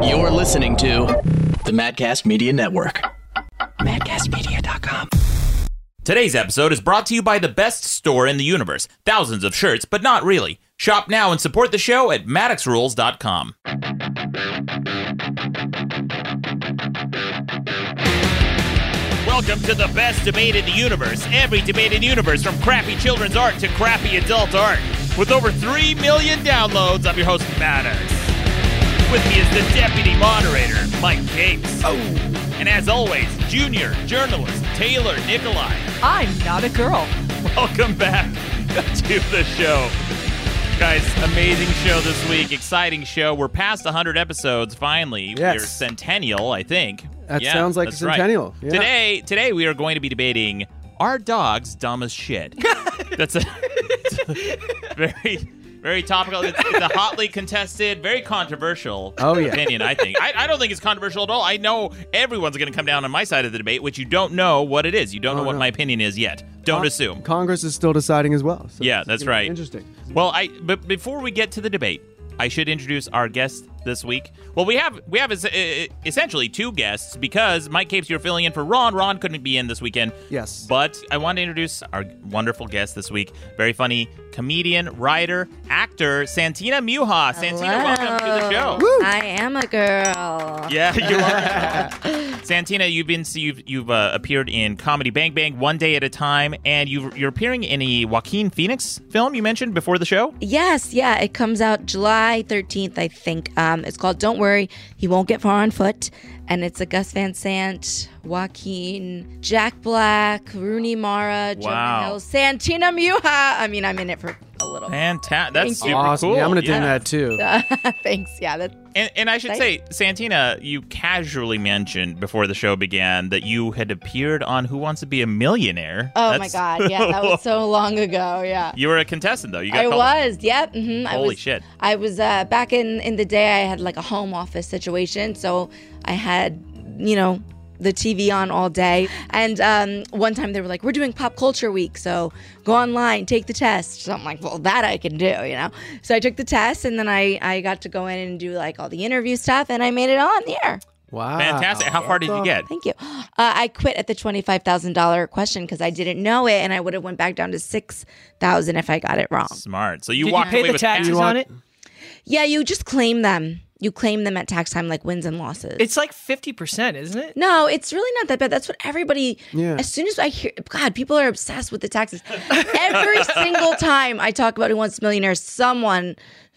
You're listening to the Madcast Media Network. MadcastMedia.com. Today's episode is brought to you by the best store in the universe. Thousands of shirts, but not really. Shop now and support the show at MaddoxRules.com. Welcome to the best debate in the universe. Every debate in the universe, from crappy children's art to crappy adult art. With over 3 million downloads, I'm your host, Maddox. With me is the deputy moderator, Mike Capes. Oh. And as always, junior journalist Taylor Nikolai. I'm not a girl. Welcome back to the show. Guys, amazing show this week. Exciting show. We're past 100 episodes finally. We're Yes. centennial, I think. That Yeah, sounds like a that's right. centennial. Yeah. Today, today we are going to be debating are dogs dumb as shit? that's a, very very topical. It's, it's a hotly contested, very controversial Oh, yeah. opinion, I think. I, I don't think it's controversial at all. I know everyone's going to come down on my side of the debate, which you don't know what it is. You don't know what Oh, no. my opinion is yet. Don't Con- assume. Congress is still deciding as well. So Yeah, it's that's gonna be right. Interesting. Well, I but before we get to the debate, I should introduce our guest this week. Well, we have we have es- e- essentially two guests because Mike Capes you're filling in for Ron. Ron couldn't be in this weekend. Yes. But I want to introduce our wonderful guest this week. Very funny comedian, writer, actor Santina Muha. Santina, welcome to the show. I am a girl. Yeah, you are. Santina, you've been so you've you've uh, appeared in Comedy Bang Bang, One Day at a Time, and you you're appearing in a Joaquin Phoenix film you mentioned before the show. Yes, yeah. It comes out July 13th, I think. Um, it's called Don't Worry, He Won't Get Far on Foot. And it's a Gus Van Sant, Joaquin, Jack Black, Rooney Mara, Wow. Jonah Hill, Santina Muha. I mean, I'm in it for a little. Fantastic. That's Thank super you. awesome. cool. Yeah, I'm gonna Yeah. do that too. Thanks. Yeah, that, And, and I should say, Santina, you casually mentioned before the show began that you had appeared on Who Wants to Be a Millionaire. Oh That's- my god, yeah, that was so long ago. Yeah. You were a contestant though. You got I called- was, yep. mhm, I Holy was- shit. I was uh, back in in the day. I had like a home office situation, so I had you know the TV on all day. And um, one time they were like, "We're doing pop culture week, so go online, take the test." So I'm like, "Well, that I can do," you know. So I took the test, and then I I got to go in and do like all the interview stuff, and I made it on the air. Wow. Fantastic. How far did you get? Thank you. Uh, I quit at the twenty five thousand dollar question because I didn't know it, and I would have went back down to six thousand if I got it wrong. Smart. So you Did you walked pay away the with taxes cash. on it? Yeah, you just claim them. You claim them at tax time, like wins and losses. It's like 50%, isn't it? no, it's really not that bad. That's what everybody. Yeah. As soon as I hear, God, people are obsessed with the taxes. Every single time I talk about who wants a millionaire, someone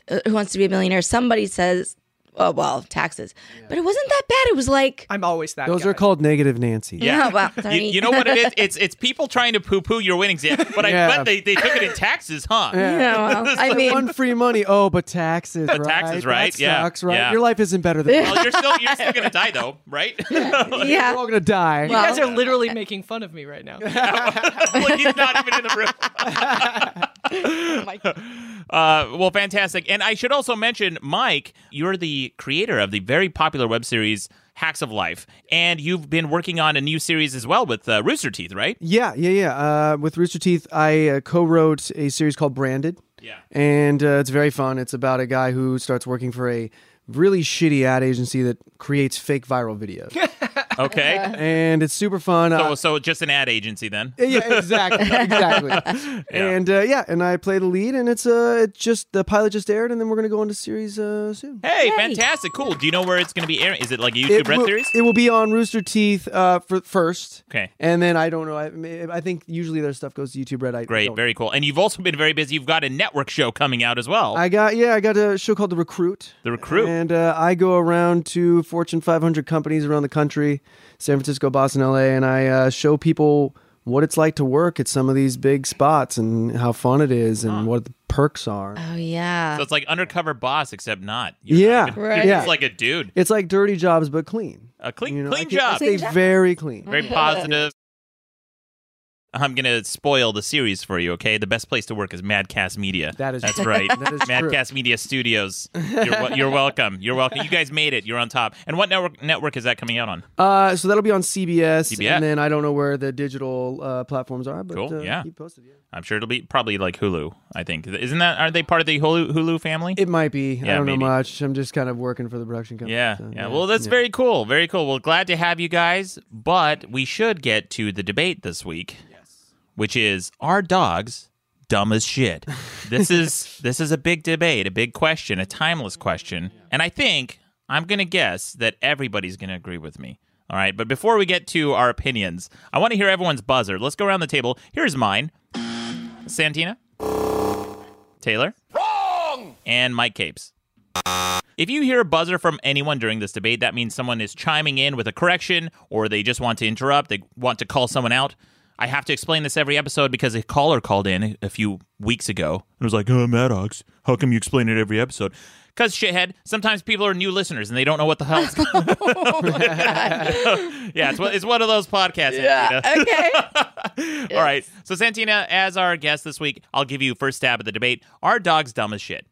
uh, who wants to be a millionaire, somebody says, "Oh well, taxes." But it wasn't that bad. It was like, I'm always that Those guy. are called negative Nancy. Yeah. Oh, wow, You, sorry. you know what it is? It's it's people trying to poo poo your winnings. Yeah, but I Yeah. bet they, they took it in taxes, huh? you Yeah. know, well, I mean, One free money. Oh, but taxes. right? taxes, right? That Yeah. Sucks, right? Yeah. Your life isn't better than mine. Well, you're still you're still gonna die though, right? We're all yeah. gonna die. You Well- guys are literally making fun of me right now. Like, he's not even in the room. Uh, well, fantastic. And I should also mention, Mike, you're the creator of the very popular web series Hacks of Life, and you've been working on a new series as well with uh, Rooster Teeth, right? Yeah, yeah, yeah. Uh, with Rooster Teeth, I uh, co-wrote a series called Branded. Yeah. and uh, it's very fun. It's about a guy who starts working for a really shitty ad agency that creates fake viral videos, Okay. and it's super fun. Uh, so, so just an ad agency then. yeah, exactly, exactly. And uh, yeah, and I play the lead, and it's uh, it just the pilot just aired, and then we're gonna go into series uh, soon. Hey, Yay. fantastic, cool. Do you know where it's going to be airing? Is it like a YouTube It Red will, series? it will be on Rooster Teeth uh, for first. Okay. and then I don't know. I, I think usually their stuff goes to YouTube Red. I Great, don't- very cool. And you've also been very busy. You've got a network show coming out as well. I got yeah, I got a show called The Recruit. The Recruit. And uh, I go around to Fortune 500 companies around the country, San Francisco, Boston, LA, and I uh, show people what it's like to work at some of these big spots and how fun it is and what the perks are. Oh yeah. so it's like undercover boss, except not. You're yeah, Right. yeah. It's like a dude, it's like dirty jobs but clean. a clean, Mm. You know, I clean can- I job, stay very clean. very positive. I'm gonna spoil the series for you. Okay, the best place to work is Madcast Media. That is that's true. right. That is true. Madcast Media Studios. You're, wel- you're welcome. You're welcome. You guys made it. You're on top. And what network network is that coming out on? Uh, so that'll be on CBS, CBS. and then I don't know where the digital uh, platforms are, but Cool, uh, yeah. keep posted. Yeah. I'm sure it'll be probably like Hulu. I think isn't that are they part of the Hulu Hulu family? It might be. I Yeah, don't maybe. know much. I'm just kind of working for the production company. Yeah, so, yeah. Well, that's very cool. Very cool. Well, glad to have you guys, but we should get to the debate this week. Yes. Which is are dogs dumb as shit? This is this is a big debate, a big question, a timeless question. And I think I'm going to guess that everybody's going to agree with me. All right, but before we get to our opinions, I want to hear everyone's buzzer. Let's go around the table. Here's mine. Santina. Taylor. Wrong! And Mike Capes. If you hear a buzzer from anyone during this debate, that means someone is chiming in with a correction or they just want to interrupt, they want to call someone out. I have to explain this every episode because a caller called in a few weeks ago and was like, Oh, Maddox, how come you explain it every episode? Because, shithead, sometimes people are new listeners and they don't know what the hell is going on. yeah, it's, one- it's one of those podcasts. Anita. Okay. All right. So, Santina, as our guest this week, I'll give you first stab at the debate. Are dogs dumb as shit?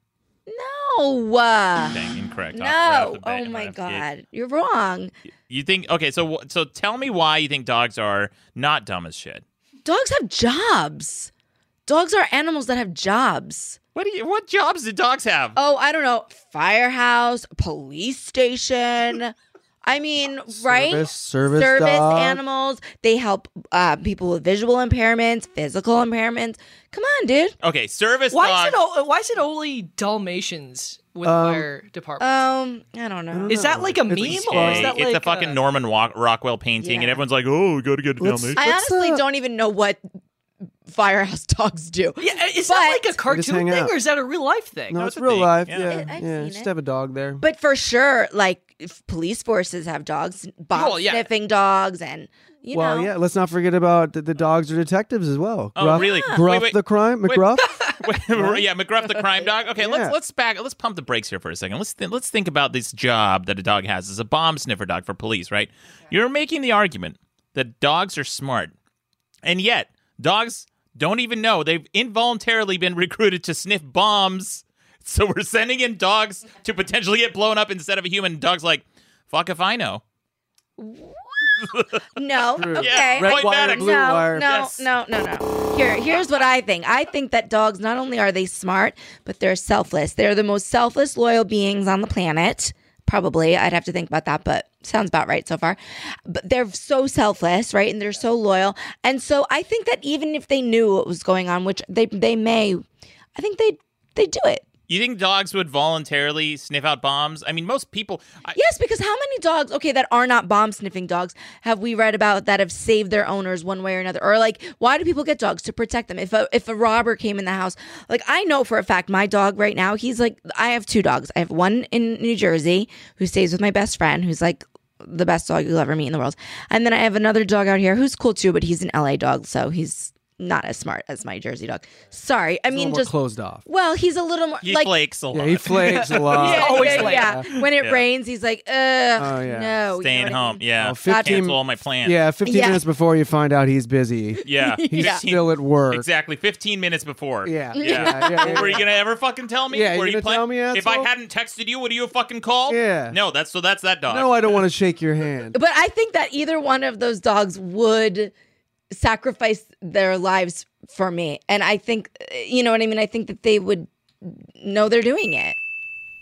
no. uh, Dang, incorrect. Off- right off No. the bat, Oh right my off the gate. God. You're wrong. You think okay? So wh- so tell me why you think dogs are not dumb as shit. Dogs have jobs. Dogs are animals that have jobs. What do you? What jobs do dogs have? Oh, I don't know. Firehouse, police station. I mean, right? Service, service, Service dog. animals. They help uh, people with visual impairments, physical impairments. Come on, dude. Okay, service Why is dogs. it? o- Why is it only Dalmatians with fire department? Um, I don't know. is that like a meme, or is Hey, that it's like a fucking a- Norman Wa- Rockwell painting, uh, and Yeah. everyone's like, "Oh, we gotta get a Let's- Dalmatian." I What's honestly the- don't even know what firehouse dogs do. Yeah, is But- that like a just cartoon hang thing, out. or is that a real life thing? No, No, it's it's a real thing. life. Yeah. Yeah, yeah. I- I've seen Just it. have a dog there. But for sure, like if police forces have dogs, bomb Well, yeah. sniffing dogs, and you well, know, yeah. Let's not forget about the, the dogs are detectives as well. Oh, Gruff, really? Gruff Wait, wait. the crime, Wait. McGruff. Wait, yeah, McGruff the crime dog. Okay, Yeah. let's let's back let's pump the brakes here for a second. Let's th- let's think about this job that a dog has as a bomb sniffer dog for police, right? You're making the argument that dogs are smart, and yet dogs don't even know they've involuntarily been recruited to sniff bombs. So we're sending in dogs to potentially get blown up instead of a human. Dogs like, fuck if I know. no, okay, Red Red Point wire, Maddox. no, blue wire. no, Yes. no, no, no. Here, here's what I think. I think that dogs not only are they smart, but they're selfless. They're the most selfless, loyal beings on the planet. Probably, I'd have to think about that, but sounds about right so far. But they're so selfless, right? And they're so loyal, and so I think that even if they knew what was going on, which they they may, I think they they do it. You think dogs would voluntarily sniff out bombs? I mean, most people. I, Yes, because how many dogs, okay, that are not bomb sniffing dogs, have we read about that have saved their owners one way or another? Or like, why do people get dogs to protect them? If a if a robber came in the house, like I know for a fact, my dog right now, he's like, I have two dogs. I have one in New Jersey who stays with my best friend, who's like the best dog you'll ever meet in the world, and then I have another dog out here who's cool too, but he's an LA dog, so he's not as smart as my Jersey dog. Sorry, I A little mean more just. closed off. Well, he's a little more he like flakes a lot. Yeah, he flakes a lot. yeah, always yeah, late. yeah. When it Yeah. rains, he's like, ugh, yeah. no. Staying you know what I home. mean? Yeah. Oh, 15 Cancel all my plans. Yeah, 15 Yeah. minutes before you find out he's busy, Yeah. he's 15 still at work. Exactly. 15 minutes before. Yeah. Yeah. Yeah, yeah, yeah, Were you going to ever fucking tell me? Yeah, Were you gonna plan- tell me, If I asshole? hadn't texted you, would you have fucking called? Yeah. No, that's so that's that dog. No, I don't want to shake your hand. But I think that either one of those dogs would sacrifice their lives for me. And I think, uh, you know what I mean? I think that they would know they're doing it.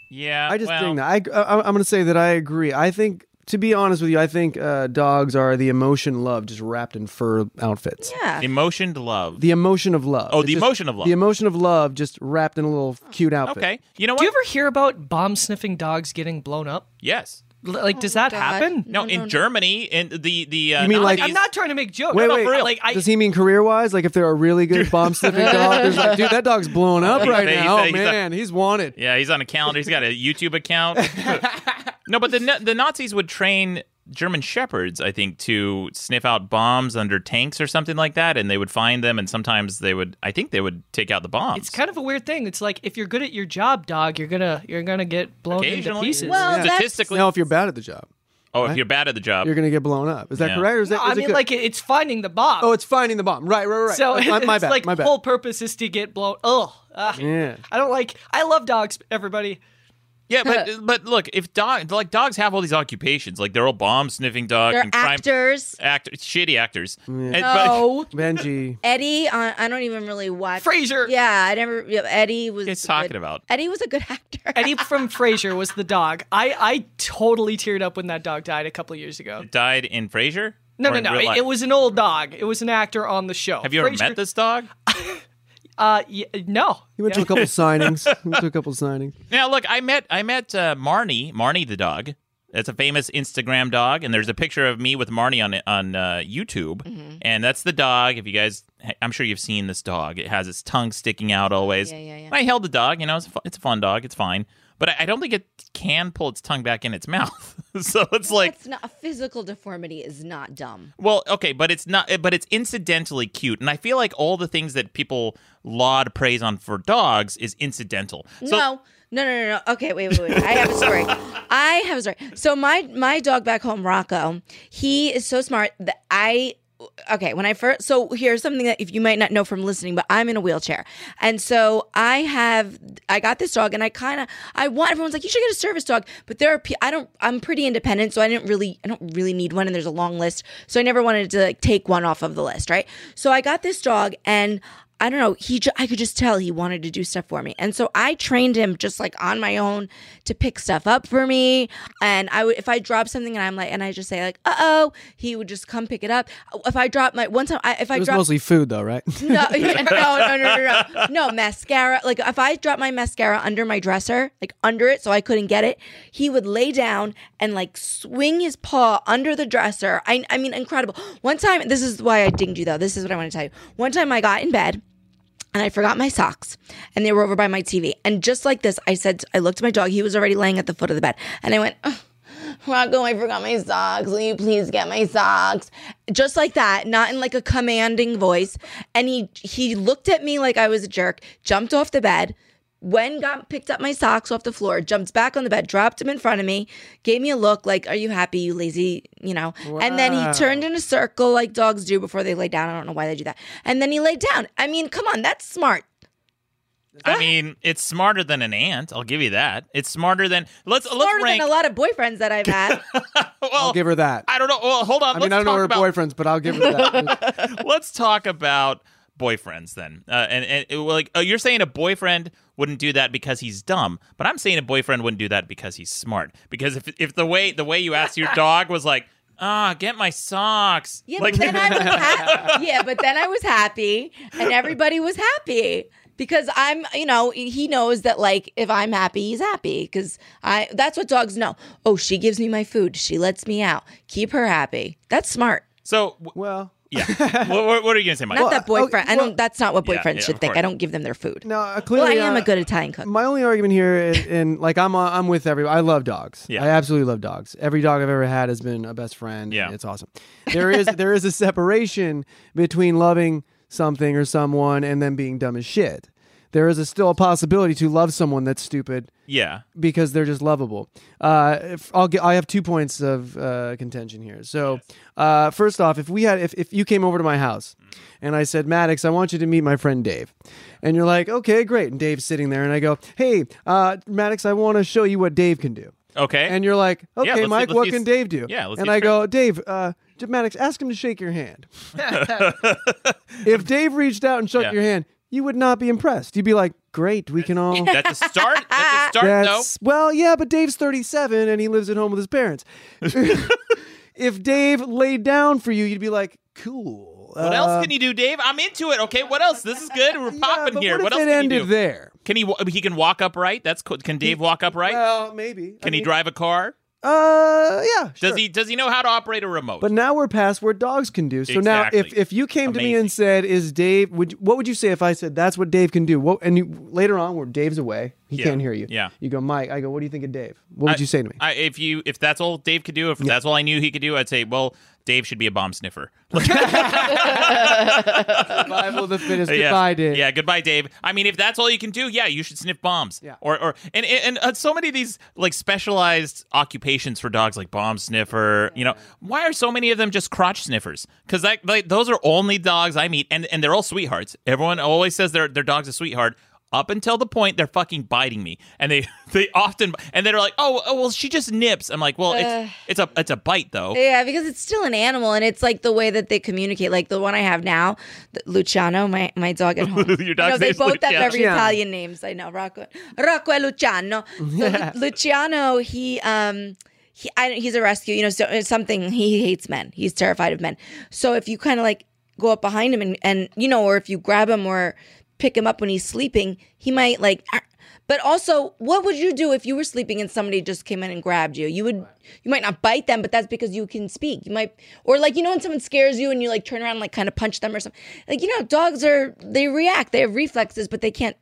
yeah. I just well, think that I, I I'm going to say that I agree. I think to be honest with you, I think uh, dogs are the emotion love just wrapped in fur outfits. Yeah. Emotion to love. The emotion of love. Oh, the just- emotion of love. The emotion of love just wrapped in a little cute outfit. okay. You know what? Do you ever hear about bomb sniffing dogs getting blown up? yes. L- Like, does that God. happen? Oh No, in Germany, in the the uh, You mean like- Nazis- I'm not trying to make jokes. Wait, No, wait. for real. Like, I, Does he mean career wise? Like if they're a really good bomb sniffing dog, there's like, dude, that dog's blowing up He's right a- he's now. a- Oh, he's a- man, he's wanted. Yeah, he's on a calendar. He's got a YouTube account. no, but the Na- the Nazis would train German shepherds, I think, to sniff out bombs under tanks or something like that, and they would find them, and sometimes they would. I think they would take out the bombs. it's kind of a weird thing. It's like if you're good at your job, dog, you're gonna you're gonna get blown into occasionally pieces. Well, that's- statistically. Now, if you're bad at the job, Oh, if you're bad at the job, You're gonna get blown up. Is that Yeah. correct? Or is that, I is it mean, good? like it- it's finding the bomb. oh, it's finding the bomb. Right, right, right. so Uh, my, my it's bad. like my the bad. whole purpose is to get blown. Ugh. Ah. Yeah. I don't like. I love dogs. Everybody. yeah. But but look, if dog like dogs have all these occupations, like they're all bomb sniffing dogs They're and crime actors. actor, shitty actors. And- but- No. Benji. Eddie, uh, I don't even really watch. Frasier. Yeah, I never. Yeah, Eddie was. It's a talking good- about. Eddie was a good actor. Eddie from Frasier was the dog. I I totally teared up when that dog died a couple years ago. died in Frasier? No, Or no, in no. real It, life? it was an old dog. It was an actor on the show. Have you ever met this dog? Uh, y- no. He went to a couple signings. He went to a couple signings. Now, look, I met I met uh, Marnie, Marnie the dog. That's a famous Instagram dog, and there's a picture of me with Marnie on on uh, YouTube, Mm-hmm. and that's the dog. If you guys, I'm sure you've seen this dog. It has its tongue sticking out always. Oh, Yeah, yeah, yeah. And I held the dog. You know, it's a, fu- it's a fun dog. It's fine, but I, I don't think it can pull its tongue back in its mouth. so it's like That's not a physical deformity. Is not dumb. Well, okay, but it's not. But it's incidentally cute, and I feel like all the things that people laud praise on for dogs is incidental. So, no, no, no, no, no. Okay, wait, wait, wait. I have a story. I have a story. So my my dog back home, Rocco, he is so smart that I. Okay, when I first so here's something that if you might not know from listening, but I'm in a wheelchair, and so I have I got this dog, and I kind of I want everyone's like you should get a service dog, but there are pe- I don't I'm pretty independent, so I didn't really I don't really need one, and there's a long list, so I never wanted to like take one off of the list, right? So I got this dog, and I don't know. He, ju- I could just tell he wanted to do stuff for me, and so I trained him just like on my own to pick stuff up for me. And I would, if I drop something, and I'm like, and I just say like, "Uh oh," he would just come pick it up. If I drop my one time, I, if I It was drop mostly food, though, right? no, no, no, no, no, no, no mascara. Like if I dropped my mascara under my dresser, like under it, so I couldn't get it, he would lay down and like swing his paw under the dresser. I, I mean, incredible. One time, this is why I dinged you though. This is what I want to tell you. One time, I got in bed and I forgot my socks and they were over by my TV. And just like this, I said, I looked at my dog. He was already laying at the foot of the bed. And I went, "Ugh, Rocco, I forgot my socks. Will you please get my socks? Just like that, not in like a commanding voice. And he he looked at me like I was a jerk, jumped off the bed, when got picked up my socks off the floor, jumped back on the bed, dropped him in front of me, gave me a look like, Are you happy, you lazy? You know. And then he turned in a circle like dogs do before they lay down. I don't know why they do that. And then he laid down. I mean, come on, that's smart. I mean, it's smarter than an ant. I'll give you that. It's smarter than let's Smarter let's rank. than a lot of boyfriends that I've had. well, I'll give her that. I don't know. Well, hold on. I mean, let's I don't know talk her about, boyfriends, but I'll give her that. Let's talk about boyfriends then. Uh, and and it- well, like oh, you're saying a boyfriend wouldn't do that because he's dumb, but I'm saying a boyfriend wouldn't do that because he's smart. Because if if the way the way you asked your dog was like, ah, get my socks. Yeah, like, but then I was happy. Yeah, but then I was happy, and everybody was happy because I'm, you know, he knows that like if I'm happy, he's happy because I. That's what dogs know. Oh, she gives me my food. She lets me out. Keep her happy. That's smart. so w- well, Yeah. what, what- what are you gonna say, Mike? Not that boyfriend. okay, I well- don't. That's not what boyfriends yeah, should of think. I course. don't give them their food. no, uh, well, I clearly am uh, a good Italian cook. My only argument here, is, and like I'm, uh, I'm with everybody. I love dogs. Yeah. I absolutely love dogs. Every dog I've ever had has been a best friend. Yeah. it's awesome. There is, there is a separation between loving something or someone and then being dumb as shit. There is a, still a possibility to love someone that's stupid yeah. because they're just lovable. Uh, if I'll get, I have two points of uh, contention here. So, uh, first off, if we had, if, if you came over to my house Mm-hmm. and I said, Maddox, I want you to meet my friend Dave, and you're like, okay, great, and Dave's sitting there, and I go, hey, uh, Maddox, I want to show you what Dave can do, Okay. and you're like, let's okay, see- Mike, let's what see can his- Dave do? yeah, let's see and his I go, Dave. Uh, Maddox, ask him to shake your hand. if Dave reached out and shook Yeah. your hand, you would not be impressed. You'd be like, "Great, we can all that's a start. That's a start, though. that's well, yeah, but Dave's 37 and he lives at home with his parents. if Dave laid down for you, you'd be like, cool. What else can he do, Dave? I'm into it. Okay, what else? This is good. We're popping Uh, but here. What, What, if else it can ended he do? there? Can he? wa- He can walk upright. That's cool. Can Dave walk upright? Well, maybe. can he drive a car? Uh, yeah. Sure. Does he? Does he know how to operate a remote? But now we're past where dogs can do. So now, if, Exactly. if you came to me Amazing. and said, "Is Dave?" Would you- what would you say if I said, "That's what Dave can do"? What, and you, later on, where Dave's away, He Yeah. can't hear you. Yeah. You go, Mike. I go, what do you think of Dave? What would I- you say to me? I, if you if that's all Dave could do, if that's all I knew he could do, I'd say, well, Dave should be a bomb sniffer. Survival of the fittest. Uh, yeah. Goodbye, Dave. Yeah, goodbye, Dave. I mean, if that's all you can do, yeah, you should sniff bombs. Yeah. Or or and and, and uh, so many of these like specialized occupations for dogs, like bomb sniffer. You know, why are so many of them just crotch sniffers? Because like, like those are only dogs I meet, and and they're all sweethearts. Everyone always says their their dog's a sweetheart. Up until the point they're fucking biting me, and they they often and they're like, oh, oh well, she just nips. I'm like, well, it's it's a it's a bite though. Yeah, because it's still an animal, and it's like the way that they communicate. Like the one I have now, th- Luciano, my, my dog at home. Your You dog's know, they name's both have Luciano. every Luciano. Italian names. I know Rocco, Rocco e Luciano. So Lu- Luciano, he um. He, I, he's a rescue, you know. So it's something he hates men. He's terrified of men. So if you kind of like go up behind him and, and you know, or if you grab him or pick him up when he's sleeping, he might like. "Arr." But also, what would you do if you were sleeping and somebody just came in and grabbed you? You would, you might not bite them, but that's because you can speak. You might, or like you know, when someone scares you and you like turn around and like kind of punch them or something. Like you know, dogs are they react, they have reflexes, but they can't.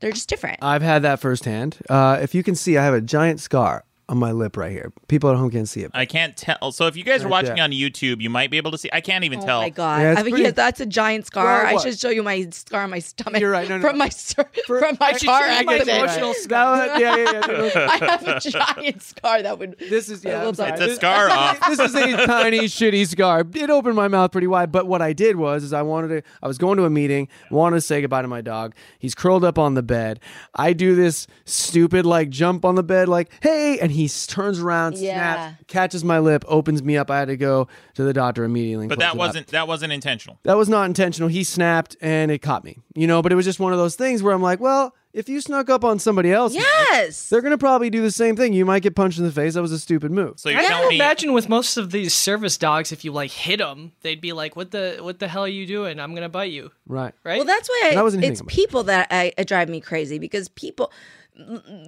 They're just different. I've had that firsthand. Uh, if you can see, I have a giant scar on my lip right here. People at home can't see it. I can't tell. So if you guys are watching there. on YouTube, you might be able to see. I can't even tell. Oh my god! Yeah, it's I mean, pretty- yeah, that's a giant scar. Well, I what? should show you my scar on my stomach. You're right. No, no, from no. my sur- from my car show you my accident. emotional Right. That was- yeah, yeah, yeah. No, no. I have a giant scar that would. This is yeah. It I'm looks like sorry. It's a scar off. this is a tiny shitty scar. It opened my mouth pretty wide, but what I did was is I wanted to I was going to a meeting, wanted to say goodbye to my dog. He's curled up on the bed. I do this stupid like jump on the bed like, "Hey," and he s- turns around, Yeah. snaps, catches my lip, opens me up. I had to go to the doctor immediately. and But close that it up. wasn't that wasn't intentional. That was not intentional. He snapped and it caught me. You know, but it was just one of those things where I'm like, "Well, if you snuck up on somebody else, Yes. they're going to probably do the same thing. You might get punched in the face. That was a stupid move." So you're I telling can me imagine with most of these service dogs, if you like hit them, they'd be like, "What the what the hell are you doing? I'm gonna bite you." right. Right? Well, that's why I, And I wasn't it's hitting him. people that I, I drive me crazy because people,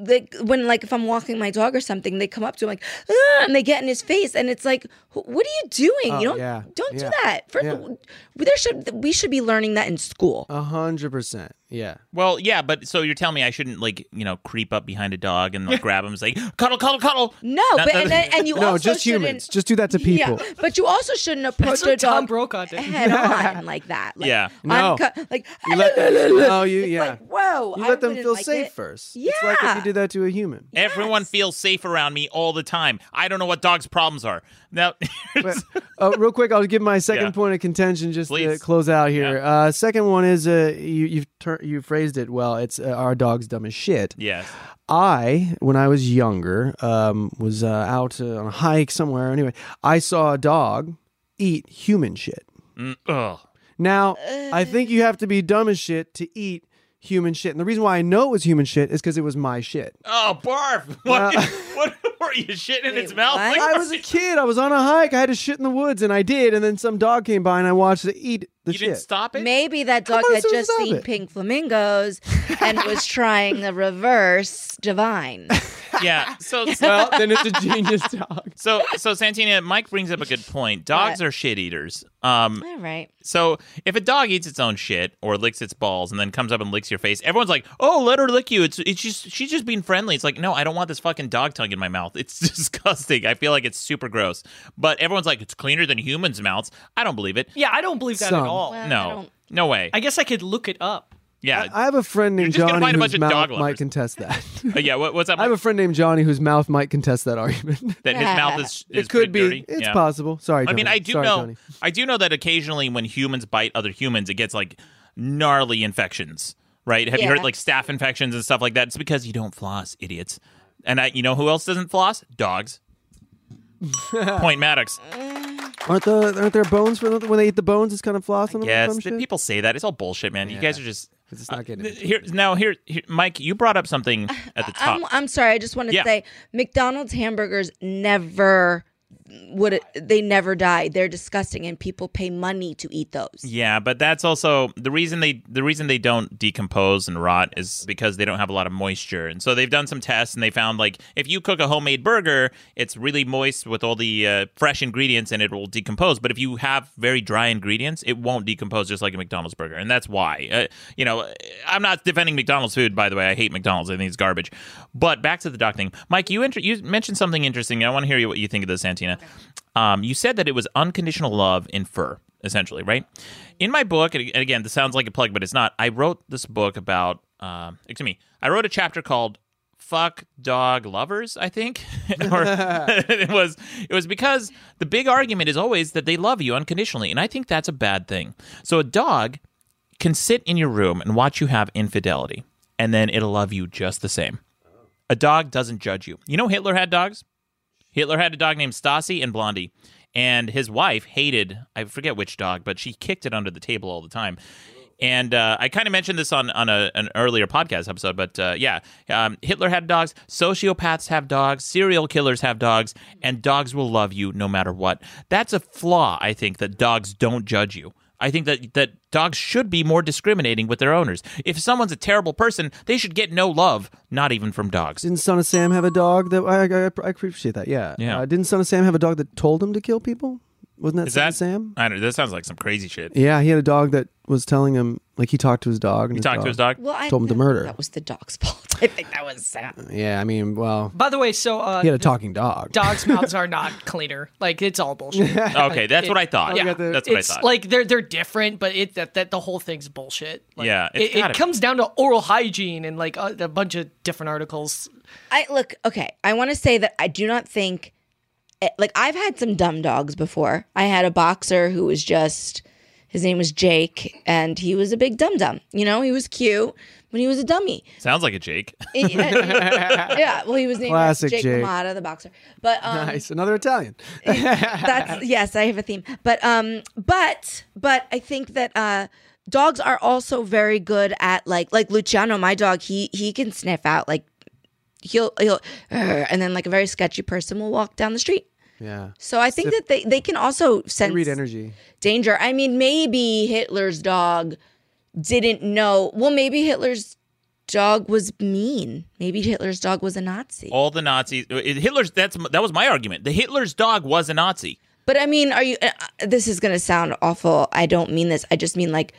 like when like if I'm walking my dog or something, they come up to him like, "Ah," and they get in his face, and it's like, "Wh- what are you doing? you don't Oh, yeah, don't do yeah, that. First, yeah. there should we should be learning that in school. A hundred percent. Yeah. Well, yeah, but so you're telling me I shouldn't like, you know, creep up behind a dog and like grab him and say, cuddle, cuddle, cuddle. no, That- but that- and, then- and you No, also just shouldn't- humans. Just do that to people. Yeah, but you also shouldn't approach That's what a Tom dog Brokaw did. head on like that. Like, Yeah. No. unco- like You let them, no, you it's yeah. like, whoa. you I let them wouldn't feel like safe it. first. It's like if Yeah. you did that to a human. Everyone feels safe around me all the time. I don't know what dogs' problems are. Now, But, uh, real quick, I'll give my second Yeah. point of contention just to Please. close out here. Uh, second one is uh, you you've tur- you phrased it well. It's uh, our dog's dumb as shit. yes. I, when I was younger, um, was uh, out uh, on a hike somewhere. Anyway, I saw a dog eat human shit. Mm, ugh. Now, I think you have to be dumb as shit to eat human shit. And the reason why I know it was human shit is because it was my shit. Oh, barf. What, what were you shitting in its mouth? what? Like, Uh, I was a kid. I was on a hike. I had to shit in the woods, and I did. And then some dog came by, and I watched it eat the you shit. didn't stop it? Maybe that dog on, had so just stop seen it. pink flamingos and was trying the reverse divine. Yeah. So, Well, then it's a genius dog. so, so Santina, Mike brings up a good point. Dogs are shit eaters. Um, All right. So if a dog eats its own shit or licks its balls and then comes up and licks your face, everyone's like, "Oh, let her lick you." It's it's just she's just being friendly. It's like, no, I don't want this fucking dog tongue in my mouth. It's disgusting. I feel like it's super gross. But everyone's like, it's cleaner than humans' mouths. I don't believe it. yeah, I don't believe that Some. at all. Well, I no, don't- no way. I guess I could look it up. yeah, I have a friend named just gonna Johnny find a whose bunch of mouth dog lovers. might contest that. Uh, yeah. What, what's up? I have a friend named Johnny whose mouth might contest that argument. that his mouth is, is it could be. pretty dirty. It's Yeah. possible. Sorry. I mean, Johnny. I do Sorry, know. Johnny. I do know that occasionally when humans bite other humans, it gets like gnarly infections, right? Have you Yeah. heard like staph infections and stuff like that? It's because you don't floss, idiots. And I, you know who else doesn't floss? Dogs. Point Maddox. Oh, Aren't the aren't there bones for the, when they eat the bones? It's kind of flossing. them or Yes, some the shit? people say that. It's all bullshit, man. You guys are just. It's not getting. Th- Here now, here, here, Mike. You brought up something at the top. I'm, I'm sorry. I just want to Yeah. say McDonald's hamburgers never would they never die. They're disgusting, and people pay money to eat those. Yeah, but that's also the reason they the reason they don't decompose and rot is because they don't have a lot of moisture. And so they've done some tests and they found like if you cook a homemade burger, it's really moist with all the uh, fresh ingredients and it will decompose. But if you have very dry ingredients, it won't decompose just like a McDonald's burger. And that's why. Uh, you know, I'm not defending McDonald's food by the way. I hate McDonald's. I think it's garbage. But back to the doc thing, Mike. You inter- you mentioned something interesting. I want to hear you what you think of this, Antina. Um, you said that it was unconditional love in fur essentially, right? In my book, and again, this sounds like a plug, but it's not. I wrote this book about, um, excuse me, I wrote a chapter called "Fuck Dog Lovers," I think, or it was it was because the big argument is always that they love you unconditionally, and I think that's a bad thing. So a dog can sit in your room and watch you have infidelity, and then it'll love you just the same. A dog doesn't judge you. You know Hitler had dogs. Hitler had a dog named Stasi and Blondie and his wife hated i forget which dog but she kicked it under the table all the time and uh, i kind of mentioned this on, on a, an earlier podcast episode but uh, yeah um, hitler had dogs sociopaths have dogs serial killers have dogs and dogs will love you no matter what that's a flaw i think that dogs don't judge you I think that, that dogs should be more discriminating with their owners. If someone's a terrible person, they should get no love, not even from dogs. Didn't Son of Sam have a dog that I, I, I appreciate that? Yeah. Yeah. Uh, didn't Son of Sam have a dog that told him to kill people? Wasn't that Is Son that of Sam? I don't. That sounds like some crazy shit. Yeah, he had a dog that was telling him like he talked to his dog. And He talked to his dog. Well, I Told him to don't think murder. That was the dog's fault. I think that was sad. Yeah, I mean, well, By the way, so uh, he had a talking dog. dogs' mouths are not cleaner. Like it's all bullshit. Okay, that's what I thought. Yeah. that's what I it's thought. like they're they're different, but it that, that the whole thing's bullshit. Like, Yeah, it's it, gotta it be. comes down to oral hygiene and like uh, a, a bunch of different articles. I look okay. I want to say that I do not think, eh, like I've had some dumb dogs before. I had a boxer who was just, his name was Jake, and he was a big dum dum. You know, he was cute, but he was a dummy. Sounds like a Jake. Eh, eh, yeah, well, he was named Classic Jake, Jake. Kamada, the boxer. But um, Nice, another Italian. that's yes, I have a theme. But um but but I think that uh dogs are also very good at like like Luciano, my dog, he he can sniff out like he'll he'll "Arr," and then like a very sketchy person will walk down the street. Yeah, So I think that they they can also they sense read energy. danger. I mean, maybe Hitler's dog didn't know. Well, maybe Hitler's dog was mean. Maybe Hitler's dog was a Nazi. all the Nazis. Hitler's that's that was my argument. The Hitler's dog was a Nazi. But I mean, are you? Uh, this is gonna sound awful. I don't mean this. I just mean like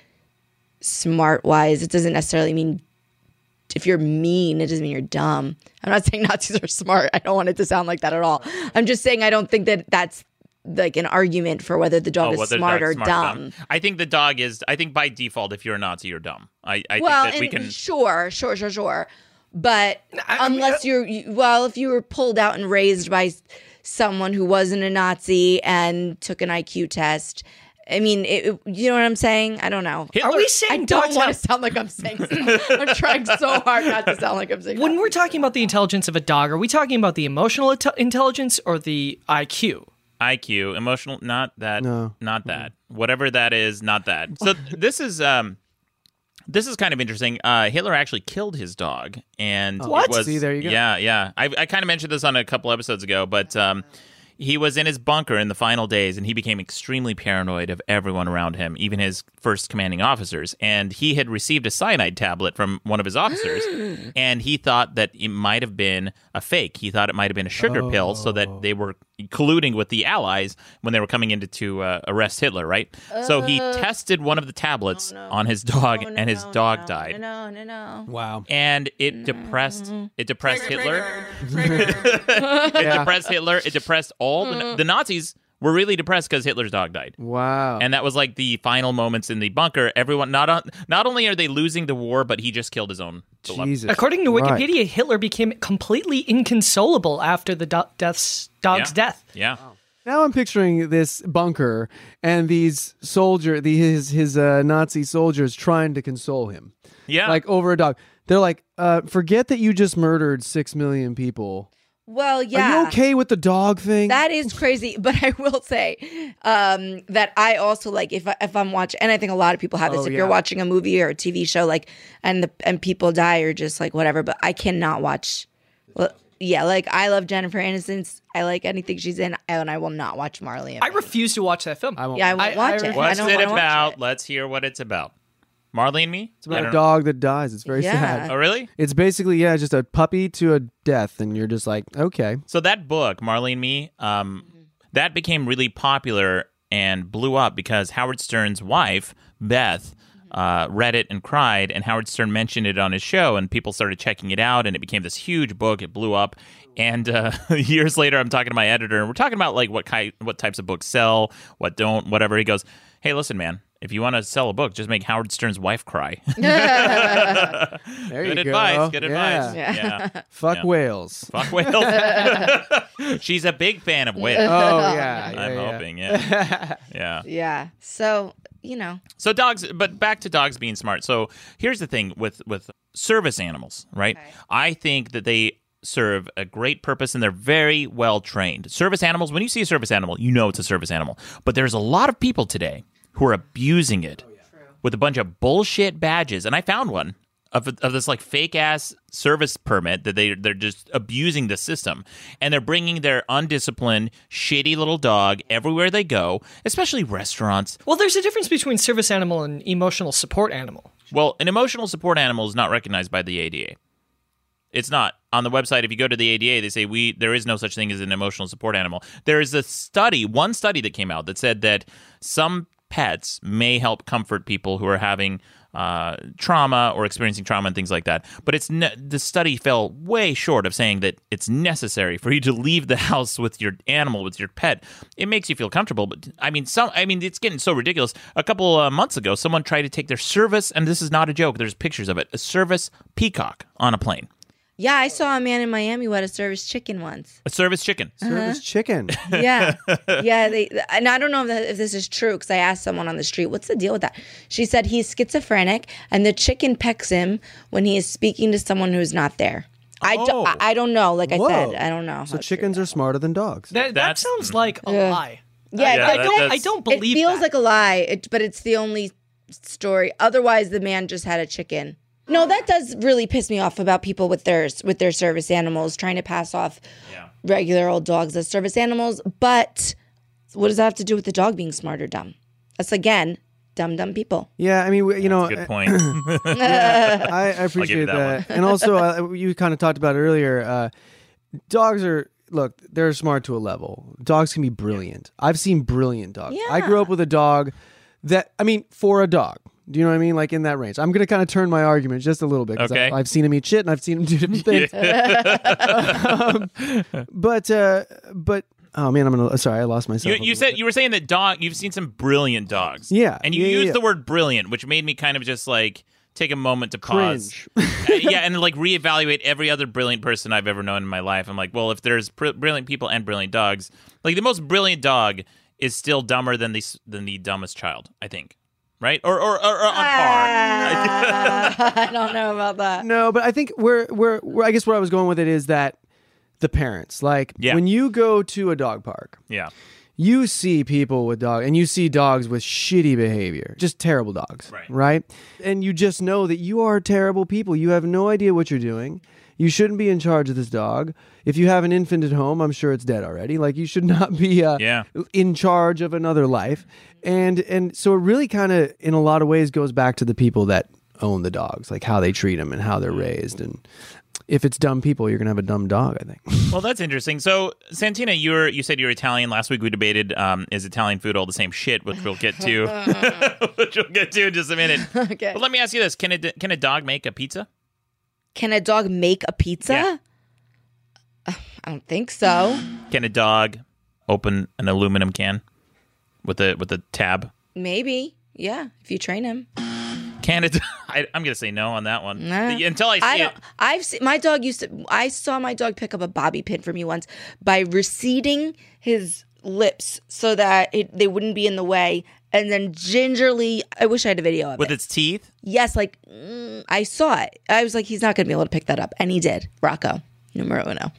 smart wise. It doesn't necessarily mean if you're mean, it doesn't mean you're dumb. I'm not saying Nazis are smart. I don't want it to sound like that at all. I'm just saying I don't think that that's like an argument for whether the dog is Oh, whether the smart dog's or smart dumb. I think the dog is. I think by default, if you're a Nazi, you're dumb. I, I Well, think that we and can. sure, sure, sure, sure. But unless uh, you're, you, well, if you were pulled out and raised by s- someone who wasn't a Nazi and took an IQ test, I mean, it, it- you know what I'm saying? I don't know. Hitler, Are we I saying don't dogs want to have- sound like I'm saying. I'm trying so hard not to sound like I'm saying. when we're talking about the intelligence of a dog? Are we talking about the emotional inte- intelligence or the IQ? IQ, emotional, not that, No. not that, whatever that is, not that. So this is um, this is kind of interesting. Uh, Hitler actually killed his dog, and it What? was- See, there you go. Yeah, yeah. I, I kind of mentioned this on a couple episodes ago, but um, he was in his bunker in the final days, and he became extremely paranoid of everyone around him, even his first commanding officers. And he had received a cyanide tablet from one of his officers, and he thought that it might have been a fake. He thought it might have been a sugar pill, so that Oh. they were colluding with the Allies when they were coming in to, to uh, arrest Hitler. Right. so he Uh, tested one of the tablets on his dog, and his dog died Oh, No, no, no. Wow. and it depressed Mm-hmm. it depressed Hitler. it depressed Hitler. It depressed all Mm-hmm. the, the Nazis were really depressed because Hitler's dog died. Wow. And that was like the final moments in the bunker. Everyone not on, not only are they losing the war, but he just killed his own beloved. Jesus. According to Christ. Wikipedia, Hitler became completely inconsolable after the do- death's dog's Yeah. death. Yeah. Now I'm picturing this bunker and these soldier, the, his his uh, Nazi soldiers trying to console him, Ah. Yeah. like over a dog. They're like, uh, "Forget that you just murdered six million people. Well, yeah. Are you okay with the dog thing?" That is crazy, but I will say um, that I also like if I, if I'm watching, and I think a lot of people have this. Oh, if yeah. you're watching a movie or a TV show, like and the and people die or just like whatever, but I cannot watch. Well, yeah, like I love Jennifer Aniston. I like anything she's in, and I will not watch Marley. and I refuse to watch that film. I won't. yeah, I won't I- watch I it. What's I don't it wanna watch about? Let's hear what it's about. Marley and me? It's about a dog that dies. It's very Yeah. sad. Oh, really? It's basically yeah, just a puppy to a death, and you're just like, okay, So that book, Marley and Me, um, that became really popular and blew up because Howard Stern's wife, Beth, uh, read it and cried, and Howard Stern mentioned it on his show, and people started checking it out, and it became this huge book. It blew up, and uh, years later, I'm talking to my editor, and we're talking about like what ki- what types of books sell, what don't, whatever. He goes, "Hey, listen, man, if you want to sell a book, just make Howard Stern's wife cry." there good you advice. go. Good Yeah. advice. yeah. Fuck Yeah. whales. Fuck whales. She's a big fan of whales. Oh yeah, yeah, I'm yeah. hoping, yeah. yeah. it. Yeah. So you know, So dogs, but back to dogs being smart. So here's the thing with with service animals, right? I think that they serve a great purpose and they're very well trained. Service animals, when you see a service animal, you know it's a service animal. But there's a lot of people today who are abusing it with a bunch of bullshit badges, and I found one of, of this like fake ass service permit that they they're just abusing the system, and they're bringing their undisciplined, shitty little dog everywhere they go, especially restaurants. well, there's a difference between service animal and emotional support animal. Well, an emotional support animal is not recognized by the ADA. It's not on the website. If you go to the ADA, they say we there is no such thing as an emotional support animal. There is a study, one study that came out that said that some pets may help comfort people who are having uh, trauma or experiencing trauma and things like that. But it's ne- the study fell way short of saying that it's necessary for you to leave the house with your animal, with your pet. It makes you feel comfortable, but I mean, some. I mean, it's getting so ridiculous. A couple uh, months ago, someone tried to take their service, and this is not a joke. There's pictures of it. A service peacock on a plane. yeah, I saw a man in Miami who had a service chicken once. A service chicken. Service chicken. Yeah, yeah. They, and I don't know if, that, if this is true because I asked someone on the street, "What's the deal with that?" She said he's schizophrenic, and the chicken pecks him when he is speaking to someone who's not there. I, do, Oh. I, I don't know. Like Whoa. I said, I don't know. how So true chickens that- are smarter than dogs. That, that That's- mm. sounds like a lie. Yeah, Yeah, like, that- don't- I that's- don't it believe feels that. like a lie, it, but it's the only story. Otherwise, the man just had a chicken. No, that does really piss me off about people with their with their service animals trying to pass off Yeah. regular old dogs as service animals. But what does that have to do with the dog being smart or dumb? That's again dumb, dumb people. Yeah, I mean, we- you know, Good point. I, I appreciate that one. that. and also, uh, you kind of talked about it earlier. Uh, dogs are look; they're smart to a level. Dogs can be brilliant. I've seen brilliant dogs. I grew up with a dog that I mean, for a dog. Do you know what I mean? Like in that range. I'm gonna kind of turn my argument just a little bit. 'cause Okay. I, I've seen him eat shit, and I've seen him do different things. Um, but uh, but oh man, I'm gonna. Sorry, I lost myself. You, a you little said you were saying that dog. You've seen some brilliant dogs. Yeah, and you yeah, yeah, used yeah. the word brilliant, which made me kind of just like take a moment to Cringe. pause. Uh, yeah, and like reevaluate every other brilliant person I've ever known in my life. I'm like, well, if there's br- brilliant people and brilliant dogs, like the most brilliant dog is still dumber than the s- than the dumbest child. I think, right? Or or, or, or on par. Ah, I don't know about that. No, but I think where where where I guess where I was going with it is that the parents, like Yeah. when you go to a dog park, yeah, you see people with dogs and you see dogs with shitty behavior, just terrible dogs, Right. And you just know that you are terrible people. You have no idea what you're doing. You shouldn't be in charge of this dog. If you have an infant at home, I'm sure it's dead already. Like you should not be uh, Yeah. in charge of another life. And and so it really kind of in a lot of ways goes back to the people that own the dogs, like how they treat them and how Mm. they're raised and if it's dumb people, you're going to have a dumb dog, I think. Well, that's interesting. So, Santina, you were you said you're Italian. Last week we debated um, is Italian food all the same shit, which we'll get to, which we'll get to in just a minute. Okay. But let me ask you this: Can a can a dog make a pizza? Can a dog make a pizza? Uh, Yeah. I don't think so. Can a dog open an aluminum can with a with a tab? Maybe. Yeah, if you train him. Can it? I, I'm gonna say no on that one Nah. until I see I it. don't. I've seen my dog used to. I saw my dog pick up a bobby pin for me once by receding his lips so that it, they wouldn't be in the way, and then gingerly. I wish I had a video of With it. its teeth, Yes, like mm, I saw it. I was like, he's not going to be able to pick that up, and he did. Rocco, numero uno.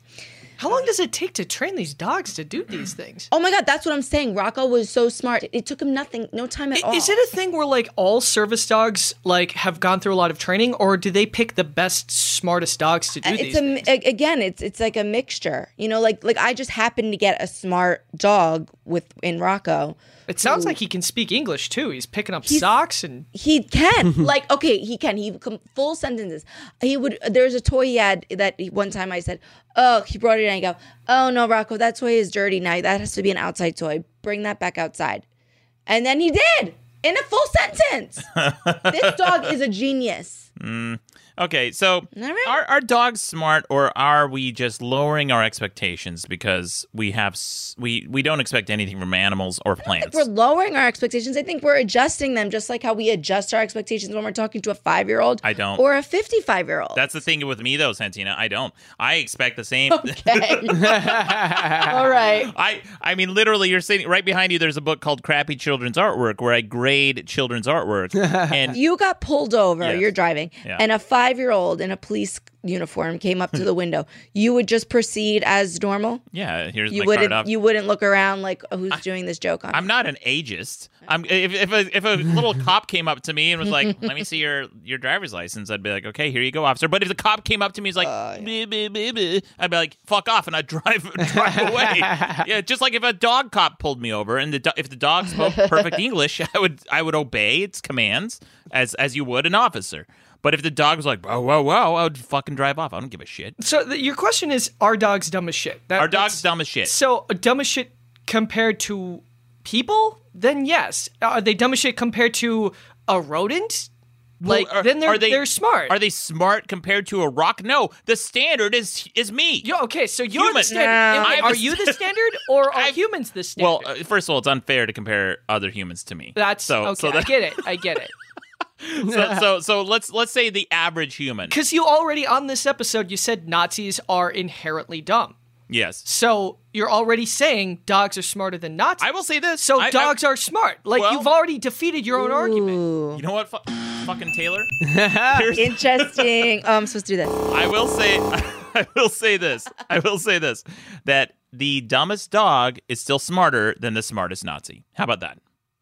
How long does it take to train these dogs to do these things? Oh my God, that's what I'm saying. Rocco was so smart. It, it took him nothing, no time at all. Is it a thing where like all service dogs like have gone through a lot of training, or do they pick the best, smartest dogs to do these? Uh, it's a mi- a, again it's it's like a mixture you know like like i just happened to get a smart dog with in rocco It sounds like he can speak English too. He's picking up socks and he can like okay he can he com- full sentences he would there's a toy he had that he, one time i said oh he brought it in i go oh no rocco that toy is dirty now that has to be an outside toy bring that back outside and then he did in a full sentence this dog is a genius Okay, so right. are are dogs smart, or are we just lowering our expectations because we have s- we we don't expect anything from animals or plants? we're lowering our expectations. I think we're adjusting them just like how we adjust our expectations when we're talking to a five year old I don't. or a 55 year old. That's the thing with me though, Santina. I don't. I expect the same. All right. I I mean, literally, you're sitting right behind you. There's a book called "Crappy Children's Artwork" where I grade children's artwork, and You got pulled over, Yes. you're driving, Yeah. and a five year old in a police uniform came up to the window. You would just proceed as normal. yeah, here's You my card wouldn't off. you wouldn't look around like "Oh, who's doing this joke on me?" I'm not an ageist. I'm if if a, if a little cop came up to me and was like, "Let me see your your driver's license," I'd be like, "Okay, here you go, officer." But if the cop came up to me and was like, "Bleh, bleh, bleh, bleh," I'd be like, "Fuck off," and I'd drive drive away. yeah, just like if a dog cop pulled me over and the do- if the dog spoke perfect English, I would I would obey its commands as as you would an officer. But if the dog was like, "Whoa, whoa, whoa," I would fucking drive off. I don't give a shit. so. The, your question is: Are dogs dumb as shit? That- Our that's- dog's dumb as shit. So uh, dumb as shit compared to people? Then yes. Are they dumb as shit compared to a rodent? Like Well, then they're are smart. Are they smart compared to a rock? No, the standard is is me. Yo, okay, so you're Human. the standard. Nah. Wait, I'm are the you the standard. standard, or are I'm- humans the standard? well, uh, first of all, it's unfair to compare other humans to me. that's so. okay. So, I that, get it. I get it. so so so let's let's say the average human. Because you already on this episode, you said Nazis are inherently dumb. Yes, So you're already saying dogs are smarter than Nazis. I will say this. so I- I- dogs are smart. Like Well- you've already defeated your own argument. You know what? Fu- fucking Taylor. Interesting. oh, I'm supposed to do this. I will say. I will say this. I will say this. That the dumbest dog is still smarter than the smartest Nazi. How about that?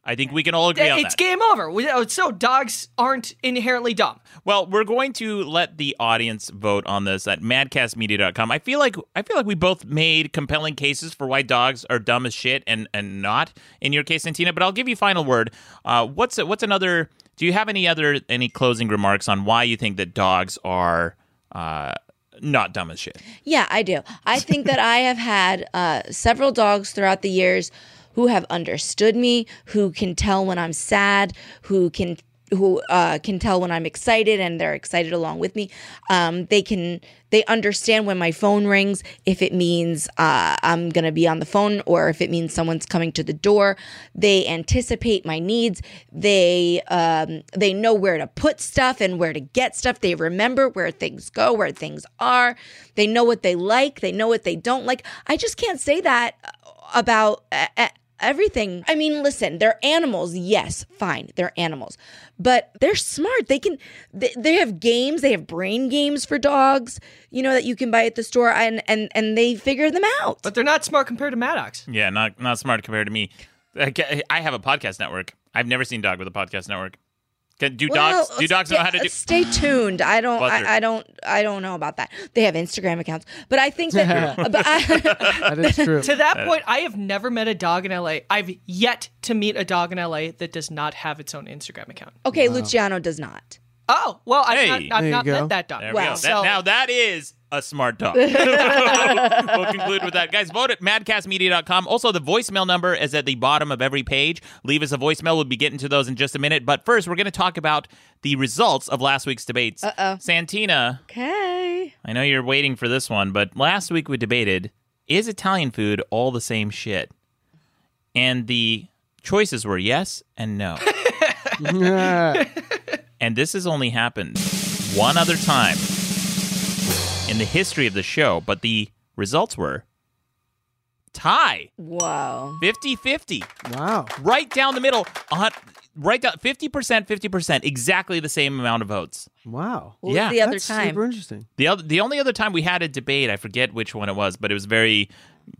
I think we can all agree on It's that. game over. We- uh, So dogs aren't inherently dumb. Well, we're going to let the audience vote on this at madcastmedia.com. I feel like I feel like we both made compelling cases for why dogs are dumb as shit and and not in your case, Santina. But I'll give you final word. Uh, what's what's another? Do you have any other any closing remarks on why you think that dogs are uh, not dumb as shit? Yeah, I do. I think that I have had uh, several dogs throughout the years who have understood me, who can tell when I'm sad, who can who uh, can tell when I'm excited, and they're excited along with me. Um, they can they understand when my phone rings if it means uh, I'm gonna be on the phone or if it means someone's coming to the door. They anticipate my needs. They um, they know where to put stuff and where to get stuff. They remember where things go, where things are. They know what they like. They know what they don't like. I just can't say that about. Uh, uh, Everything. I mean, listen, they're animals. Yes, fine, they're animals, but they're smart. They can, they, they have games. They have brain games for dogs, you know, that you can buy at the store, and and and they figure them out. But they're not smart compared to Maddox. Yeah, not not smart compared to me. I ca- I have a podcast network. I've never seen dog with a podcast network. Can, do Well, dogs do dogs stay, know how to do? Stay tuned. I don't. Buzzer. I, I don't. I don't know about that. They have Instagram accounts, but I think that. but I, That is true. To Uh, that point, I have never met a dog in LA. I've yet to meet a dog in LA that does not have its own Instagram account. okay, Luciano does not. Oh, well, I've Hey. not, I've There you not go. met that dog. There we Wow. go. That- So- now that is a smart dog. we'll conclude with that. Guys, vote at madcastmedia.com. Also, the voicemail number is at the bottom of every page. Leave us a voicemail. We'll be getting to those in just a minute. But first, we're going to talk about the results of last week's debates. Uh-oh. Santina, Okay. I know you're waiting for this one, but last week we debated is Italian food all the same shit? And the choices were yes and no. Yeah. And this has only happened one other time in the history of the show, but the results were tie Whoa. 50 50, Wow. right down the middle. Uh, Right down 50%, 50%, exactly the same amount of votes. Wow. What Yeah. was the other That's time? super interesting. The other, the only other time we had a debate, I forget which one it was, but it was very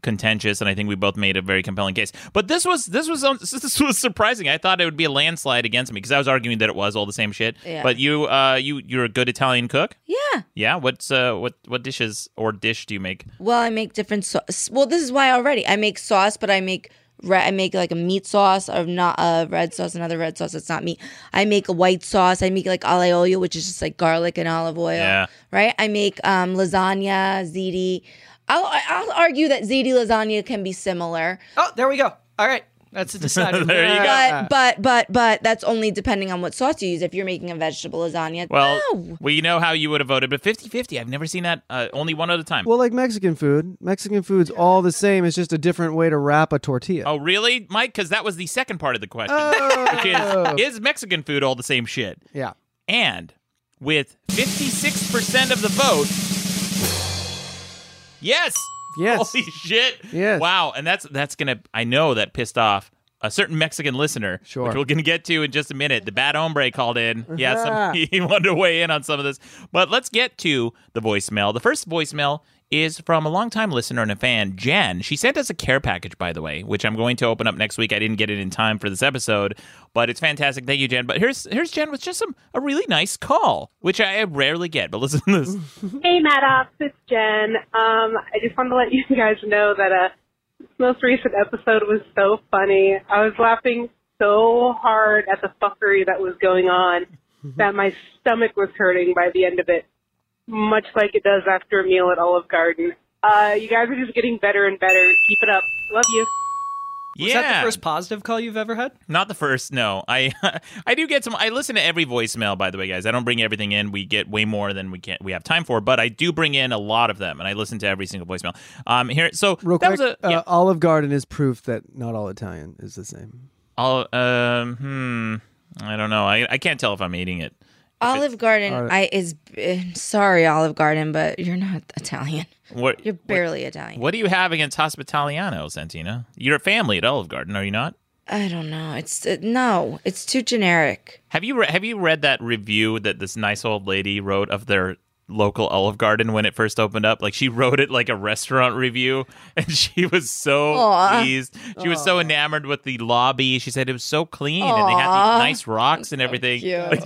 contentious, and I think we both made a very compelling case. But this was this was this was surprising. I thought it would be a landslide against me because I was arguing that it was all the same shit. Yeah. But you, uh, you, you're a good Italian cook. yeah. Yeah. What's uh, what what dishes or dish do you make? Well, I make different sauce. Well, this is why already I make sauce, but I make re- I make like a meat sauce or not a red sauce, another red sauce that's not meat. I make a white sauce. I make like alle olio, which is just like garlic and olive oil. Yeah. Right. I make um, lasagna, ziti. I'll I'll argue that ziti lasagna can be similar, Oh, there we go. All right, that's a decider. There you go. but but but but that's only depending on what sauce you use. If you're making a vegetable lasagna, Well, no. we know how you would have voted, but 50-50, I've never seen that. Uh, only one other time. Well, like Mexican food, Mexican food's all the same. It's just a different way to wrap a tortilla. Oh, really, Mike? Because that was the second part of the question, Oh. which is is Mexican food all the same shit? Yeah. And with 56% of the vote, yes. Yes. Holy shit. Yes. Wow. And that's that's gonna I know that pissed off a certain Mexican listener, Sure. which we're gonna get to in just a minute. The bad hombre called in. Yeah, some, Uh-huh. he wanted to weigh in on some of this. But let's get to the voicemail. The first voicemail is from a longtime listener and a fan, Jen. She sent us a care package, by the way, which I'm going to open up next week. I didn't get it in time for this episode, but it's fantastic. Thank you, Jen. But here's here's Jen with just some a really nice call, which I rarely get. But listen to this. Hey, Maddox, it's Jen. Um, I just wanted to let you guys know that uh, this most recent episode was so funny. I was laughing so hard at the fuckery that was going on that my stomach was hurting by the end of it, much like it does after a meal at Olive Garden. Uh, you guys are just getting better and better. Keep it up. Love you. Is that the first positive call you've ever had? Not the first, no. I I do get some. I listen to every voicemail, by the way, guys. I don't bring everything in. We get way more than we can we have time for, but I do bring in a lot of them, and I listen to every single voicemail. Um, here, so Real that quick, was a yeah, uh, Olive Garden is proof that not all Italian is the same. uh, I'll- um, hmm, I don't know. I I can't tell if I'm eating it. Olive Garden, All right. I is eh, sorry, Olive Garden, but you're not Italian. What You're barely Italian. what do you have against Hospitaliano, Santina? You're a family at Olive Garden, are you not? I don't know. It's uh, no. It's too generic. Have you re- have you read that review that this nice old lady wrote of their local Olive Garden when it first opened up? Like she wrote it like a restaurant review, and she was so Aw. pleased. She was so enamored with the lobby. She said it was so clean, and they had Aw. these nice rocks and everything. Like,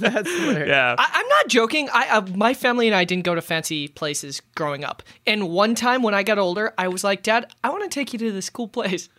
That's hilarious. yeah. I, I'm not joking. I uh, my family and I didn't go to fancy places growing up. And one time when I got older, I was like, Dad, I want to take you to this cool place.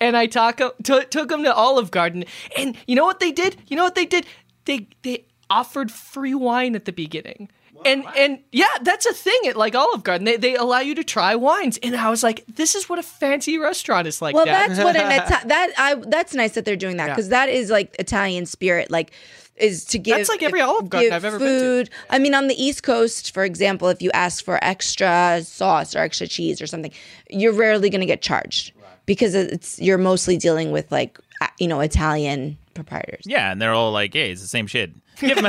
and I talk, uh, t- took him to Olive Garden. And you know what they did? You know what they did? They they offered free wine at the beginning. And and yeah, that's a thing at like Olive Garden. They they allow you to try wines. And I was like, this is what a fancy restaurant is like. Well, Dad. that's what an Ita- that I that's nice that they're doing that because that is like Italian spirit, like is to give. like every Olive Garden give I've ever been to. food. I mean, on the East Coast, for example, if you ask for extra sauce or extra cheese or something, you're rarely going to get charged because it's you're mostly dealing with like uh, you know Italian proprietors. yeah, and they're all like, "Hey, it's the same shit." Give them, No,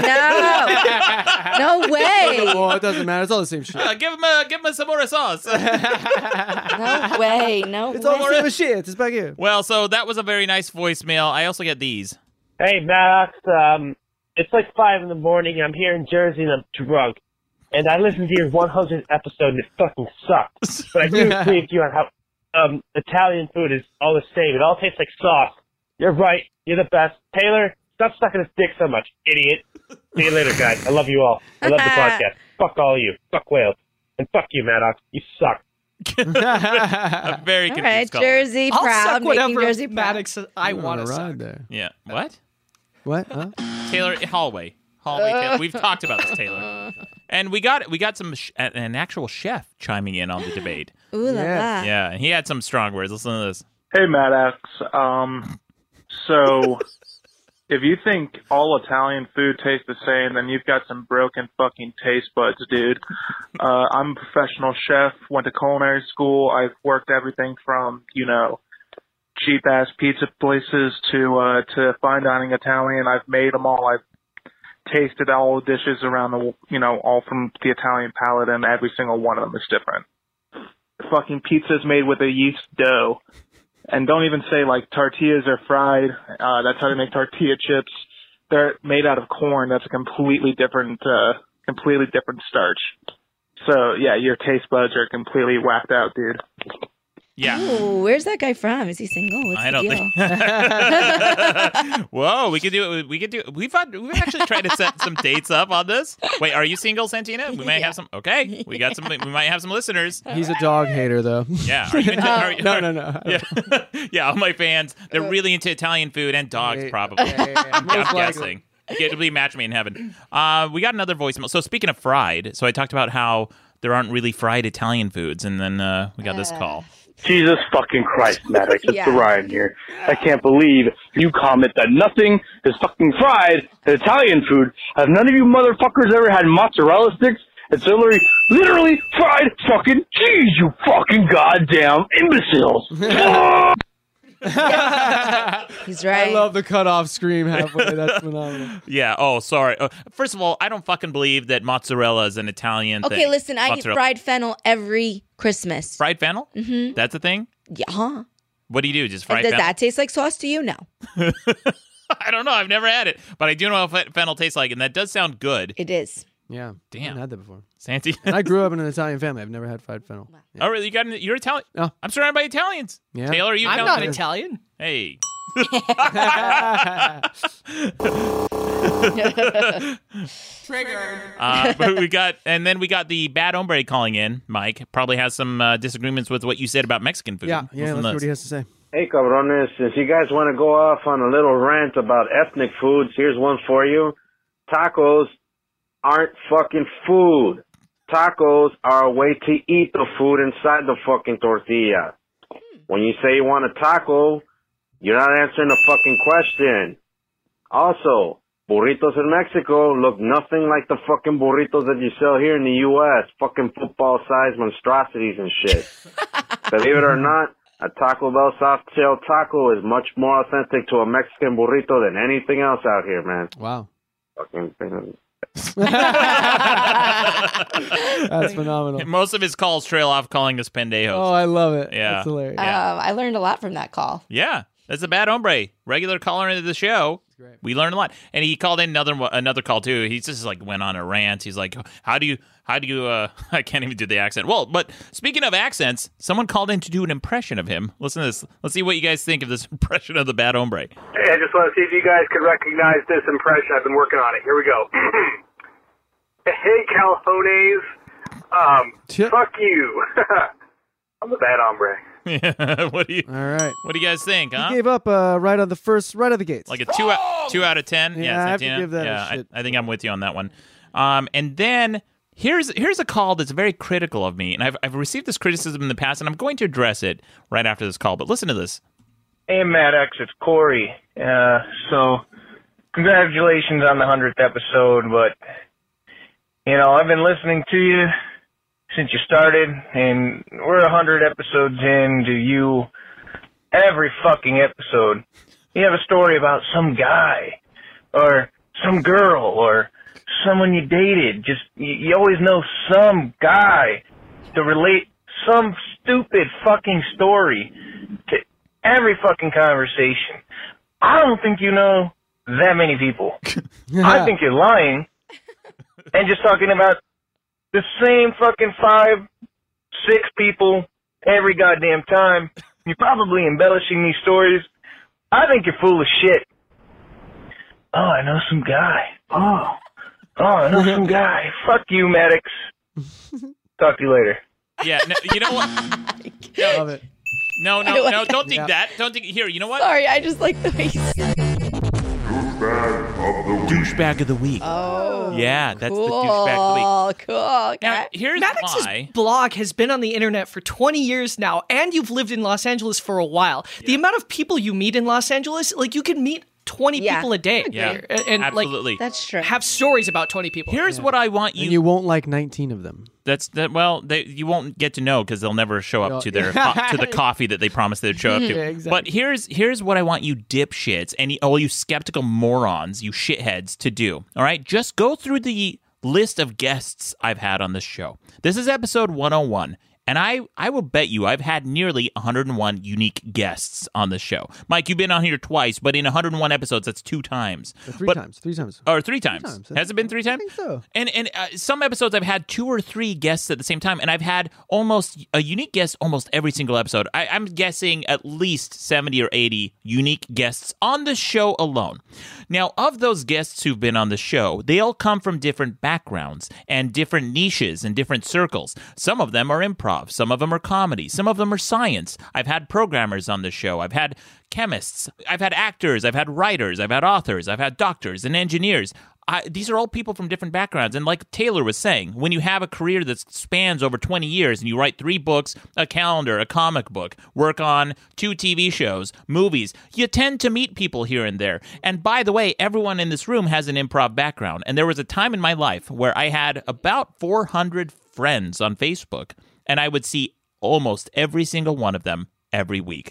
no way, Well, it doesn't matter. It's all the same shit. a, Uh, give them, a, give them some more sauce. no way, no. It's way. all the same shit. It's back here. well, so that was a very nice voicemail. I also get these. Hey, Maddox. Um, it's like five in the morning. I'm here in Jersey and I'm drunk. And I listened to your 100th episode and it fucking sucked. But I do agree with you on how um, Italian food is all the same. It all tastes like sauce. You're right. You're the best. Taylor, stop sucking his dick so much, idiot. See you later, guys. I love you all. I love the podcast. Fuck all you. Fuck whales. And fuck you, Maddox. You suck. Ah. A very All confused right, caller. Jersey I'll proud, suck making whatever Jersey proud. Maddox I want to ride suck. there. Yeah. What? What? Huh? Taylor hallway, hallway. Taylor. We've talked about this, Taylor. And we got we got some sh- an- an actual chef chiming in on the debate. Ooh la Yes. la. Yeah, and he had some strong words. Listen to this. Hey, Maddox. Um, so, if you think all Italian food tastes the same, then you've got some broken fucking taste buds, dude. Uh, I'm a professional chef, went to culinary school. I've worked everything from, you know, cheap ass pizza places to, uh, to fine dining Italian. I've made them all. I've tasted all dishes around the, you know, all from the Italian palate, and every single one of them is different. Fucking pizza's made with a yeast dough And don't even say like tortillas are fried. Uh, that's how they make tortilla chips. They're made out of corn. That's a completely different, uh, completely different starch. So yeah, your taste buds are completely whacked out, dude. Yeah. Ooh, where's that guy from? Is he single? What's I the don't deal? think. Whoa, we could do it. We could do. We've had, we've actually tried to set some dates up on this. Wait, are you single, Santina? We might have some. Okay, we got some. We might have some listeners. He's a dog hater, though. Yeah. Are you into, are you- no, no, no. Yeah. yeah. All my fans, they're really into Italian food and dogs, Right. probably. Yeah, yeah, yeah. I'm Most likely. guessing. It'll be match me in heaven. Uh, we got another voicemail. So speaking of fried, so I talked about how there aren't really fried Italian foods, and then uh, we got this call. Jesus fucking Christ, Maddox. It's Yeah. Ryan here. I can't believe you comment that nothing is fucking fried in Italian food. Have none of you motherfuckers ever had mozzarella sticks? It's literally, literally fried fucking cheese, you fucking goddamn imbeciles. He's right. I love the cutoff scream halfway. That's phenomenal. Yeah. Oh, sorry. Uh, first of all, I don't fucking believe that mozzarella is an Italian thing. okay, listen, I eat Mozzarella- fried fennel every Christmas. fried fennel. Mm-hmm. That's a thing. yeah, huh? What do you do? Just fried Does fennel? that taste like sauce to you? No, I don't know. I've never had it, but I do know what fennel tastes like, and that does sound good. it is. Yeah. Damn. I haven't had that before. Santi. And I grew up in an Italian family. I've never had fried fennel. Yeah. Oh, really? You got an, you're Italian? No. I'm surrounded by Italians. Yeah. Taylor, are you I'm Italian? not Italian. Hey. Uh, but we got, and then we got the bad hombre calling in. Mike probably has some uh, disagreements with what you said about Mexican food. Yeah. Yeah. Let's Listen to see what this. he has to say. Hey, cabrones, if you guys want to go off on a little rant about ethnic foods, here's one for you. Tacos aren't fucking food. Tacos are a way to eat the food inside the fucking tortilla. When you say you want a taco, you're not answering the fucking question. Also, burritos in Mexico look nothing like the fucking burritos that you sell here in the U.S. Fucking football sized monstrosities and shit. Believe it or not, a Taco Bell soft shell taco is much more authentic to a Mexican burrito than anything else out here, man. Wow. Fucking That's phenomenal. Most of his calls trail off calling us pendejos. Oh, I love it. Yeah. That's hilarious. Yeah. Um, I learned a lot from that call. Yeah, that's a bad hombre. Regular caller into the show. great. We learn a lot, and he called in another one- another call too. He just like went on a rant. He's like, "How do you? How do you? uh I can't even do the accent." Well, but speaking of accents, someone called in to do an impression of him. Listen to this. Let's see what you guys think of this impression of the bad hombre. Hey, I just want to see if you guys could recognize this impression. I've been working on it. Here we go. hey, Calhones. Um, Tch. fuck you. I'm the bad hombre. what do you? All right. What do you guys think? Huh? Gave up uh, right on the first, right out of the gates. like a two out two out of ten. Yeah, Oh! Yeah, I have to Santina? give that a yeah, shit. I, I think I'm with you on that one. Um, and then here's here's a call that's very critical of me, and I've I've received this criticism in the past, and I'm going to address it right after this call. But listen to this. Hey, Maddox, it's Corey. Uh, so, congratulations on the 100th episode, but, you know, I've been listening to you since you started, and we're 100 episodes into you every fucking episode. You have a story about some guy, or some girl, or someone you dated. Just, you, you always know some guy to relate some stupid fucking story to every fucking conversation. I don't think you know that many people. I think you're lying and just talking about the same fucking five, six people every goddamn time. You're probably embellishing these stories. I think you're full of shit. Oh, I know some guy. Oh, oh, I know some guy. Fuck you, Maddox. Talk to you later. Yeah, no, you know what? love it. No, I no, like no! it. Don't think Yeah. that. Don't think. Here, you know what? Sorry, I just like the way he said it. Douchebag of the week. Oh, yeah, that's cool, the douchebag of the week. cool. Now, Okay. here's Maddox's why. blog has been on the internet for 20 years now, and you've lived in Los Angeles for a while. The amount of people you meet in Los Angeles, like you can meet 20 Yeah. people a day. Yeah, And, and, absolutely. That's true. like have stories about 20 people. here's what I want you. And you won't like 19 of them. That's that. Well, they, you won't get to know because they'll never show up No. to their co- to the coffee that they promised they'd show up to. Yeah, exactly. But here's here's what I want you dipshits and you- all you skeptical morons, you shitheads, to do. All right, just go through the list of guests I've had on this show. This is episode 101. And I, I will bet you I've had nearly 101 unique guests on the show. Mike, you've been on here twice, but in 101 episodes, that's two times. Three But- times. Three times. Or three times. times. Has it been three times? think so. And and uh, some episodes I've had two or three guests at the same time, and I've had almost a unique guest almost every single episode. I, I'm guessing at least seventy or eighty unique guests on the show alone. Now, of those guests who've been on the show, they all come from different backgrounds and different niches and different circles. Some of them are improv, some of them are comedy, some of them are science. I've had programmers on the show. I've had chemists. I've had actors. I've had writers. I've had authors. I've had doctors and engineers. I, these are all people from different backgrounds. And like Taylor was saying, when you have a career that spans over 20 years and you write three books, a calendar, a comic book, work on two TV shows, movies, you tend to meet people here and there. And by the way, everyone in this room has an improv background. And there was a time in my life where I had about 400 friends on Facebook, and I would see almost every single one of them every week.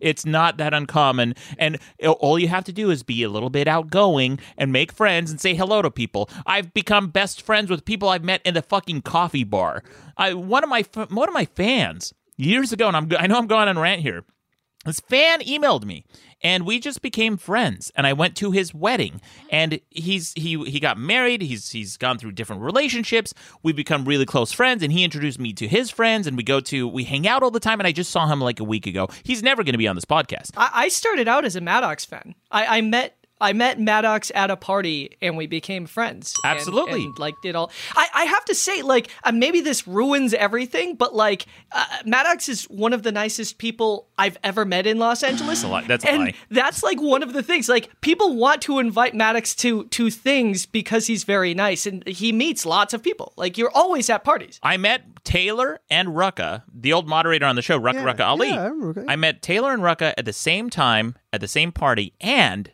It's not that uncommon. And all you have to do is be a little bit outgoing and make friends and say hello to people. I've become best friends with people I've met in the fucking coffee bar. I one of my f- one of my fans years ago and I'm I know I'm going on a rant here. This fan emailed me and we just became friends and I went to his wedding and he's he he got married he's he's gone through different relationships we've become really close friends and he introduced me to his friends and we go to we hang out all the time and I just saw him like a week ago he's never going to be on this podcast I, I started out as a Maddox fan. I, I met I met Maddox at a party and we became friends. and- Absolutely. and, like did all. I, I have to say, like uh, maybe this ruins everything, but like uh, Maddox is one of the nicest people I've ever met in Los Angeles. lie. That's a and lie. that's like one of the things. Like people want to invite Maddox to to things because he's very nice and he meets lots of people. Like you're always at parties. I met Taylor and Rucka, the old moderator on the show, Rucka Rucka Ali. yeah, I remember Rucka. I met Taylor and Rucka at the same time, at the same party, and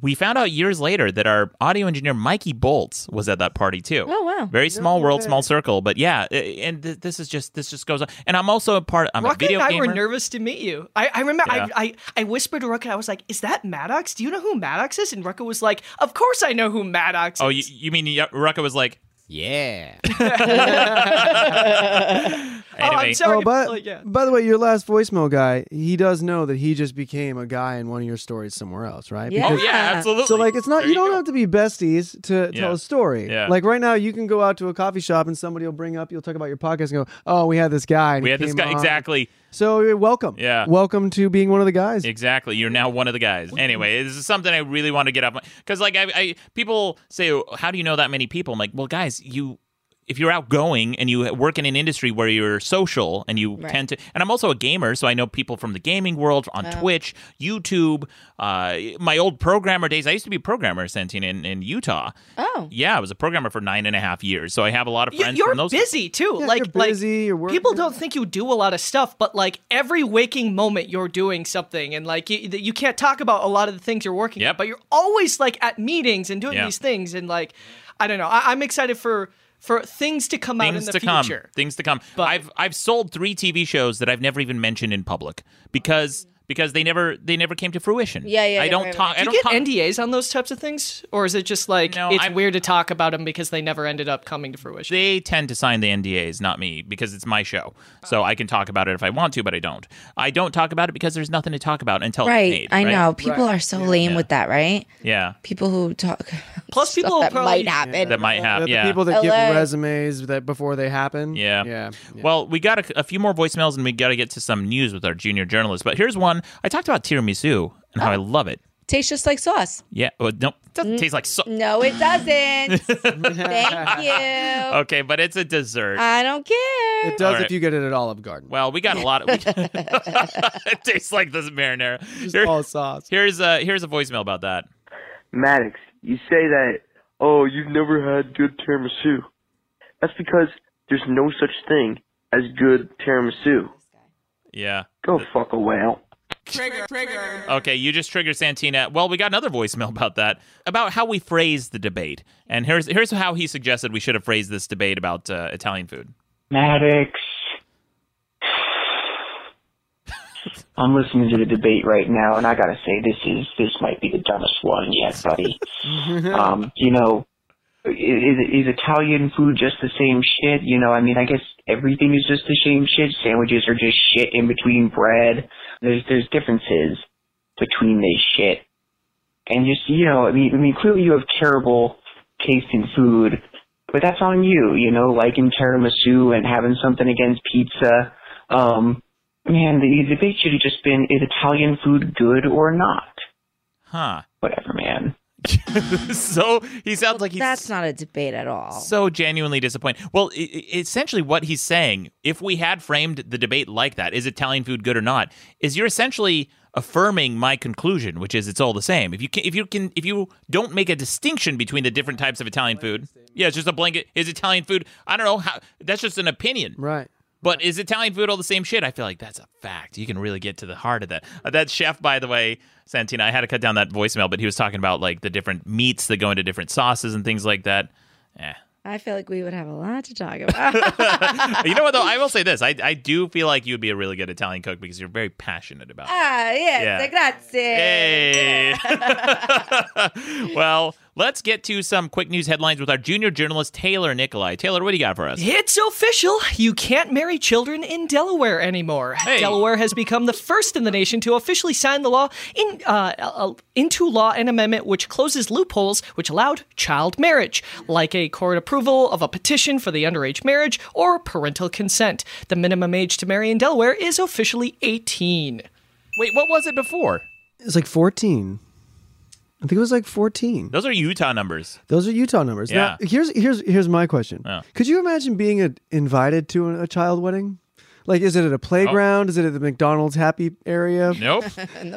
we found out years later that our audio engineer Mikey Bolts was at that party too. Oh, wow. Very small world, small circle, but yeah, i- and th- this is just this just goes on. And I'm also a part. I'm a Rucka video and I gamer. were nervous to meet you. I, I remember Yeah. I, I, I whispered to Rucka, I was like, Is that Maddox? Do you know who Maddox is? And Rucka was like, Of course I know who Maddox oh, is. you, you mean y- Rucka was like? Yeah. Oh, Anyway, I'm sorry. Oh, but like, yeah. by the way, your last voicemail guy, he does know that he just became a guy in one of your stories somewhere else, right? Yeah. oh yeah, absolutely. So like it's not There you, don't go. have to be besties to Yeah. tell a story. Yeah. Like right now you can go out to a coffee shop and somebody will bring up you'll talk about your podcast and go, "Oh, we had this guy." and We he had this came on." guy exactly. So you're welcome. Yeah. Welcome to being one of the guys. Exactly. You're now one of the guys. Anyway, this is something I really want to get off my because like I, I people say, "Oh, how do you know that many people? I'm like, well, guys, you. If you're outgoing and you work in an industry where you're social and you Right. tend to, and I'm also a gamer, so I know people from the gaming world on Twitch, YouTube, uh, my old programmer days. I used to be a programmer, Santine, in, in Utah. Oh. Yeah, I was a programmer for nine and a half years, so I have a lot of You- friends You're from those. busy too. Yeah, like, you're busy, like you're working. people don't think you do a lot of stuff, but like every waking moment you're doing something, and like you, you can't talk about a lot of the things you're working. on, Yep. But you're always like at meetings and doing Yeah. these things, and like I don't know. I, I'm excited for for things to come out in things the to come future. things to come i've i've sold three tv shows that i've never even mentioned in public because because they never they never came to fruition Yeah, yeah, i yeah, don't right, right. talk i Do don't you get talk NDAs on those types of things, or is it just like No, it's I'm- weird to talk about them because they never ended up coming to fruition? they tend to sign the NDAs, not me, because it's my show. Oh. So I can talk about it if I want to, but I don't. I don't talk about it because there's nothing to talk about until it's Right. made, I right? know. People are so lame with that, right? Yeah, People who talk Plus, stuff people that probably- might happen. that might They're happen. the Yeah, people that give Alert. resumes that before they happen. Yeah. Yeah. Well, we got a, a few more voicemails and we got to get to some news with our junior journalist. But here's one. I talked about tiramisu and Oh. how I love it. Tastes just like sauce. Yeah. Well, no, it Mm. doesn't taste like so. No, it doesn't. Thank you. Okay, but it's a dessert. I don't care. It does All right. if you get it at Olive Garden. Well, we got a lot of. it tastes like this marinara. Here- all sauce. here's a here's a voicemail about that. Maddox, you say that, oh, you've never had good tiramisu. That's because there's no such thing as good tiramisu. Yeah. Go fuck a whale. Okay, you just triggered Santina. Well, we got another voicemail about that, about how we phrase the debate. And here's here's how he suggested we should have phrased this debate about uh, Italian food. Maddox. I'm listening to the debate right now, and I gotta say, this is this might be the dumbest one yet, buddy. um, you know, is, is Italian food just the same shit? You know, I mean, I guess everything is just the same shit. Sandwiches are just shit in between bread. There's there's differences between this shit, and just you know, I mean, I mean, clearly you have terrible taste in food, but that's on you. You know, like in tiramisu and having something against pizza. Um, man, the debate should have just been: is Italian food good or not? Huh. Whatever, man. so he sounds like he's That's not a debate at all. so genuinely disappointed. Well, i- i- essentially, what he's saying, if we had framed the debate like that, is Italian food good or not? Is you're essentially affirming my conclusion, which is it's all the same. If you can, if you can, if you don't make a distinction between the different types of Italian food, yeah, it's just a blanket. Is Italian food? I don't know how. That's just an opinion. Right. But is Italian food all the same shit? I feel like that's a fact. You can really get to the heart of that. Uh, that chef, by the way, Santina, I had to cut down that voicemail, but he was talking about like the different meats that go into different sauces and things like that. Eh. I feel like we would have a lot to talk about. you know what though? I will say this: I, I do feel like you'd be a really good Italian cook because you're very passionate about. it. ah, yes, Yeah. grazie. Oh, Hey. well, let's get to some quick news headlines with our junior journalist Taylor Nikolai. Taylor, what do you got for us? It's official. You can't marry children in Delaware anymore. Hey. Delaware has become the first in the nation to officially sign the law in, uh, uh, into law an amendment which closes loopholes which allowed child marriage, like a court approval of a petition for the underage marriage or parental consent. The minimum age to marry in Delaware is officially 18. Wait, what was it before? It's like 14. I think it was like 14. Those are Utah numbers. Those are Utah numbers. Now, Yeah. here's here's here's my question. Yeah. Could you imagine being a, invited to a, a child wedding? Like, is it at a playground? Is it at the McDonald's happy area? Nope.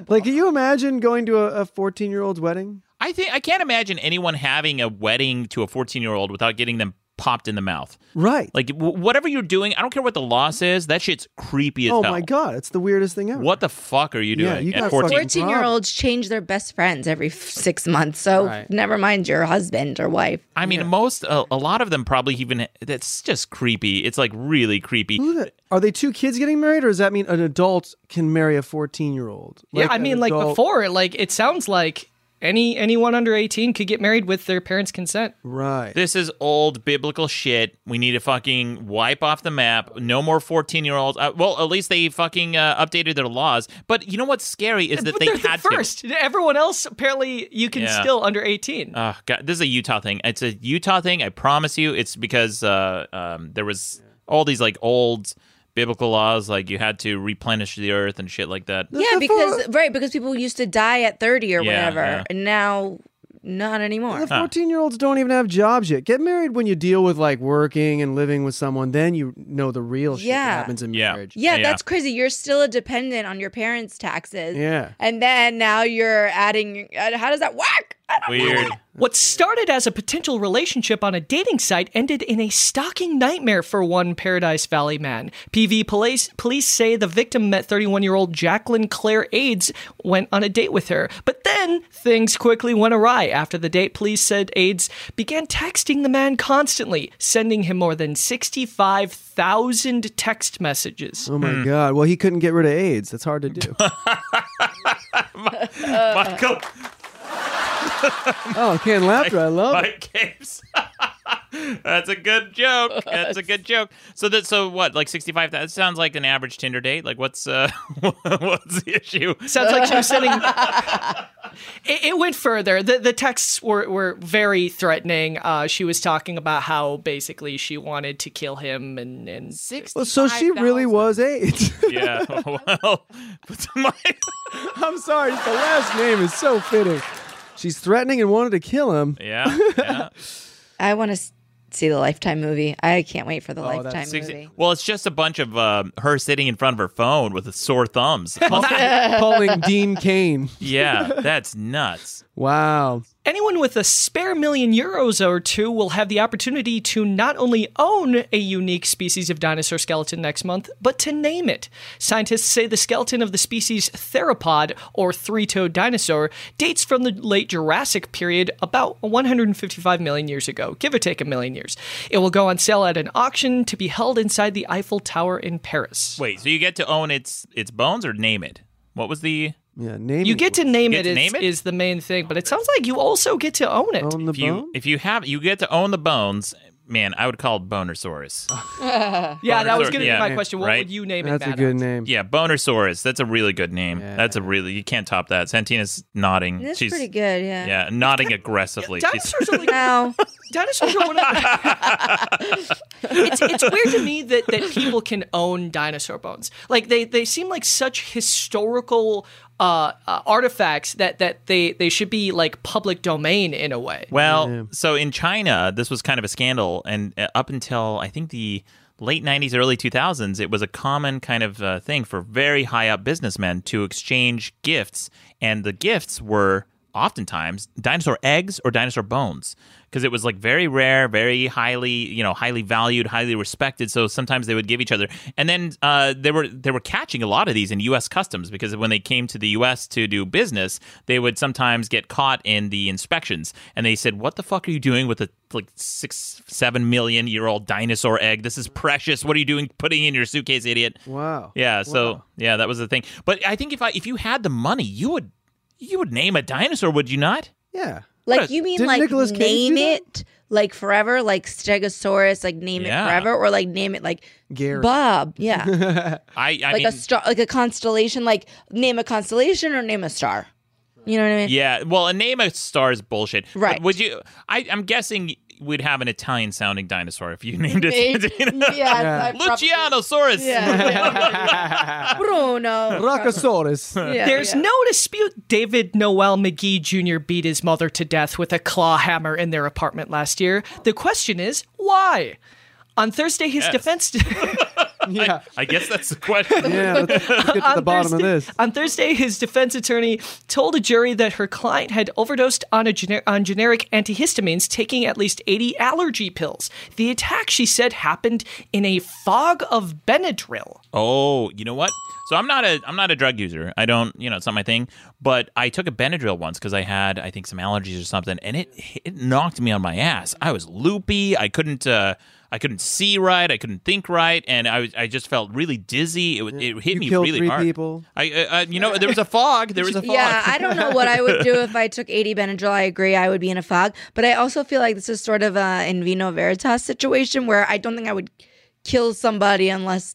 Like, can you imagine going to a 14 year old's wedding? I think I can't imagine anyone having a wedding to a 14 year old without getting them popped in the mouth. Right. Like w- whatever you're doing, I don't care what the law says. That shit's creepy as oh hell. my god, it's the weirdest thing ever. What the fuck are you doing Yeah, you at got 14? fucking- 14 year olds change their best friends every f- six months. So Right. never mind your husband or wife. I mean, most a, a lot of them probably even that's just creepy. It's like really creepy. Who the- are they two kids getting married, or does that mean an adult can marry a 14 year old? yeah, I mean, like before, like it sounds like any anyone under 18 could get married with their parents' consent. Right. This is old biblical shit. We need to fucking wipe off the map. No more 14 year olds. Uh, well, at least they fucking uh, updated their laws. But you know what's scary is that but they they're had the to. first. Everyone else, apparently, you can Yeah. still under 18. Oh, God, this is a Utah thing. It's a Utah thing. I promise you. It's because uh, um, there was all these like old biblical laws, like you had to replenish the earth and shit like that. Yeah, because, right, because people used to die at 30 or Yeah, whatever. yeah. And now, not anymore. The 14 year olds don't even have jobs yet. Get married when you deal with like working and living with someone. Then you know the real shit Yeah. that happens in Yeah. marriage. Yeah, Yeah. that's crazy. You're still a dependent on your parents' taxes. Yeah. And then now you're adding. uh, How does that work? I don't know. Weird. What started as a potential relationship on a dating site ended in a stalking nightmare for one Paradise Valley man. PV police, police say the victim met 31 year old Jacqueline Claire Aides, went on a date with her. But then things quickly went awry. After the date, police said Aides began texting the man constantly, sending him more than 65,000 text messages. Oh my Hmm. god. Well, he couldn't get rid of AIDS. That's hard to do. Uh, Michael, oh, canned laughter. I love it. Mike Caves. That's a good joke. That's a good joke. So that so what like sixty five? That sounds like an average Tinder date. Like what's uh what's the issue? Sounds like she was sending. it, it went further. The the texts were, were very threatening. Uh, she was talking about how basically she wanted to kill him and and Well, so she really was AIDS. Yeah. Well, but Mike- I'm sorry. Just the last name is so fitting. She's threatening and wanted to kill him. yeah. Yeah. I want to see the Lifetime movie. I can't wait for the Lifetime that's- movie. Well, it's just a bunch of uh, her sitting in front of her phone with sore thumbs. Calling Dean Kane. yeah, that's nuts. Wow. Anyone with a spare million euros or two will have the opportunity to not only own a unique species of dinosaur skeleton next month, but to name it. Scientists say the skeleton of the species theropod, or three toed dinosaur, dates from the late Jurassic period about 155 million years ago, give or take a million years. It will go on sale at an auction to be held inside the Eiffel Tower in Paris. Wait, so you get to own its its bones or name it? What was the? Yeah, name. You get to name You it get to is name it? is the main thing, but it sounds like you also get to own it. own the If you, bone. if you have, you get to own the bones. Man, I would call it Bonersaurus. yeah, that was Bonersaurus, going to yeah. be my question. What Right. would you name That's it? a Matt? good name. Yeah, Bonersaurus. That's a really good name. Yeah. That's a really you can't top that. Santina's nodding. That's She's pretty good, yeah. yeah, nodding aggressively. She's- Dinosaurs are like Now, dinosaurs are one of the- it's, it's weird to me that, that people can own dinosaur bones. Like they, they seem like such historical uh, uh, artifacts that, that they, they should be like public domain in a way. Well, so in China, this was kind of a scandal, and uh, up until I think the late '90s, early 2000s, it was a common kind of uh, thing for very high up businessmen to exchange gifts, and the gifts were oftentimes dinosaur eggs or dinosaur bones because it was like very rare very highly you know highly valued highly respected so sometimes they would give each other and then uh, they were they were catching a lot of these in US customs because when they came to the US to do business they would sometimes get caught in the inspections and they said what the fuck are you doing with a like six seven million year old dinosaur egg this is precious what are you doing putting it in your suitcase idiot Wow. yeah. So yeah, that was the thing. But I think if I if you had the money, you would you would name a dinosaur, would you not? Yeah. Yes. like you mean Didn't like Nicolas Cage do name that? it like forever, like Stegosaurus, like name Yeah. it forever, or like name it like Gary. Bob, yeah, I I like mean, a star, like a constellation, like name a constellation or name a star. You know what I mean? yeah. Well, a name a star is bullshit. But Right. would you? I, I'm guessing we'd have an Italian sounding dinosaur if you named it. Maybe. Santino. yeah. Lucianosaurus. Bruno. Rockosaurus. Yeah, There's yeah. no dispute David Noel McGee Jr. beat his mother to death with a claw hammer in their apartment last year. The question is, why? On Thursday, his Yes. defense. yeah. I guess that's the question. Yeah. Let's, let's get to the bottom of Thursday- this. On Thursday, his defense attorney told a jury that her client had overdosed on, a gener- on generic antihistamines, taking at least 80 allergy pills. The attack, she said, happened in a fog of Benadryl. Oh, you know what? So I'm not a I'm not a drug user. I don't, you know, it's not my thing. But I took a Benadryl once because I had, I think, some allergies or something, and it it knocked me on my ass. I was loopy. I couldn't uh, I couldn't see right. I couldn't think right, and I was I just felt really dizzy. It was it hit You me killed really three hard. people. I, I, I you know there was a fog. There was a fog. Yeah, I don't know what I would do if I took 80 Benadryl. I agree, I would be in a fog. But I also feel like this is sort of a in vino veritas situation where I don't think I would kill somebody unless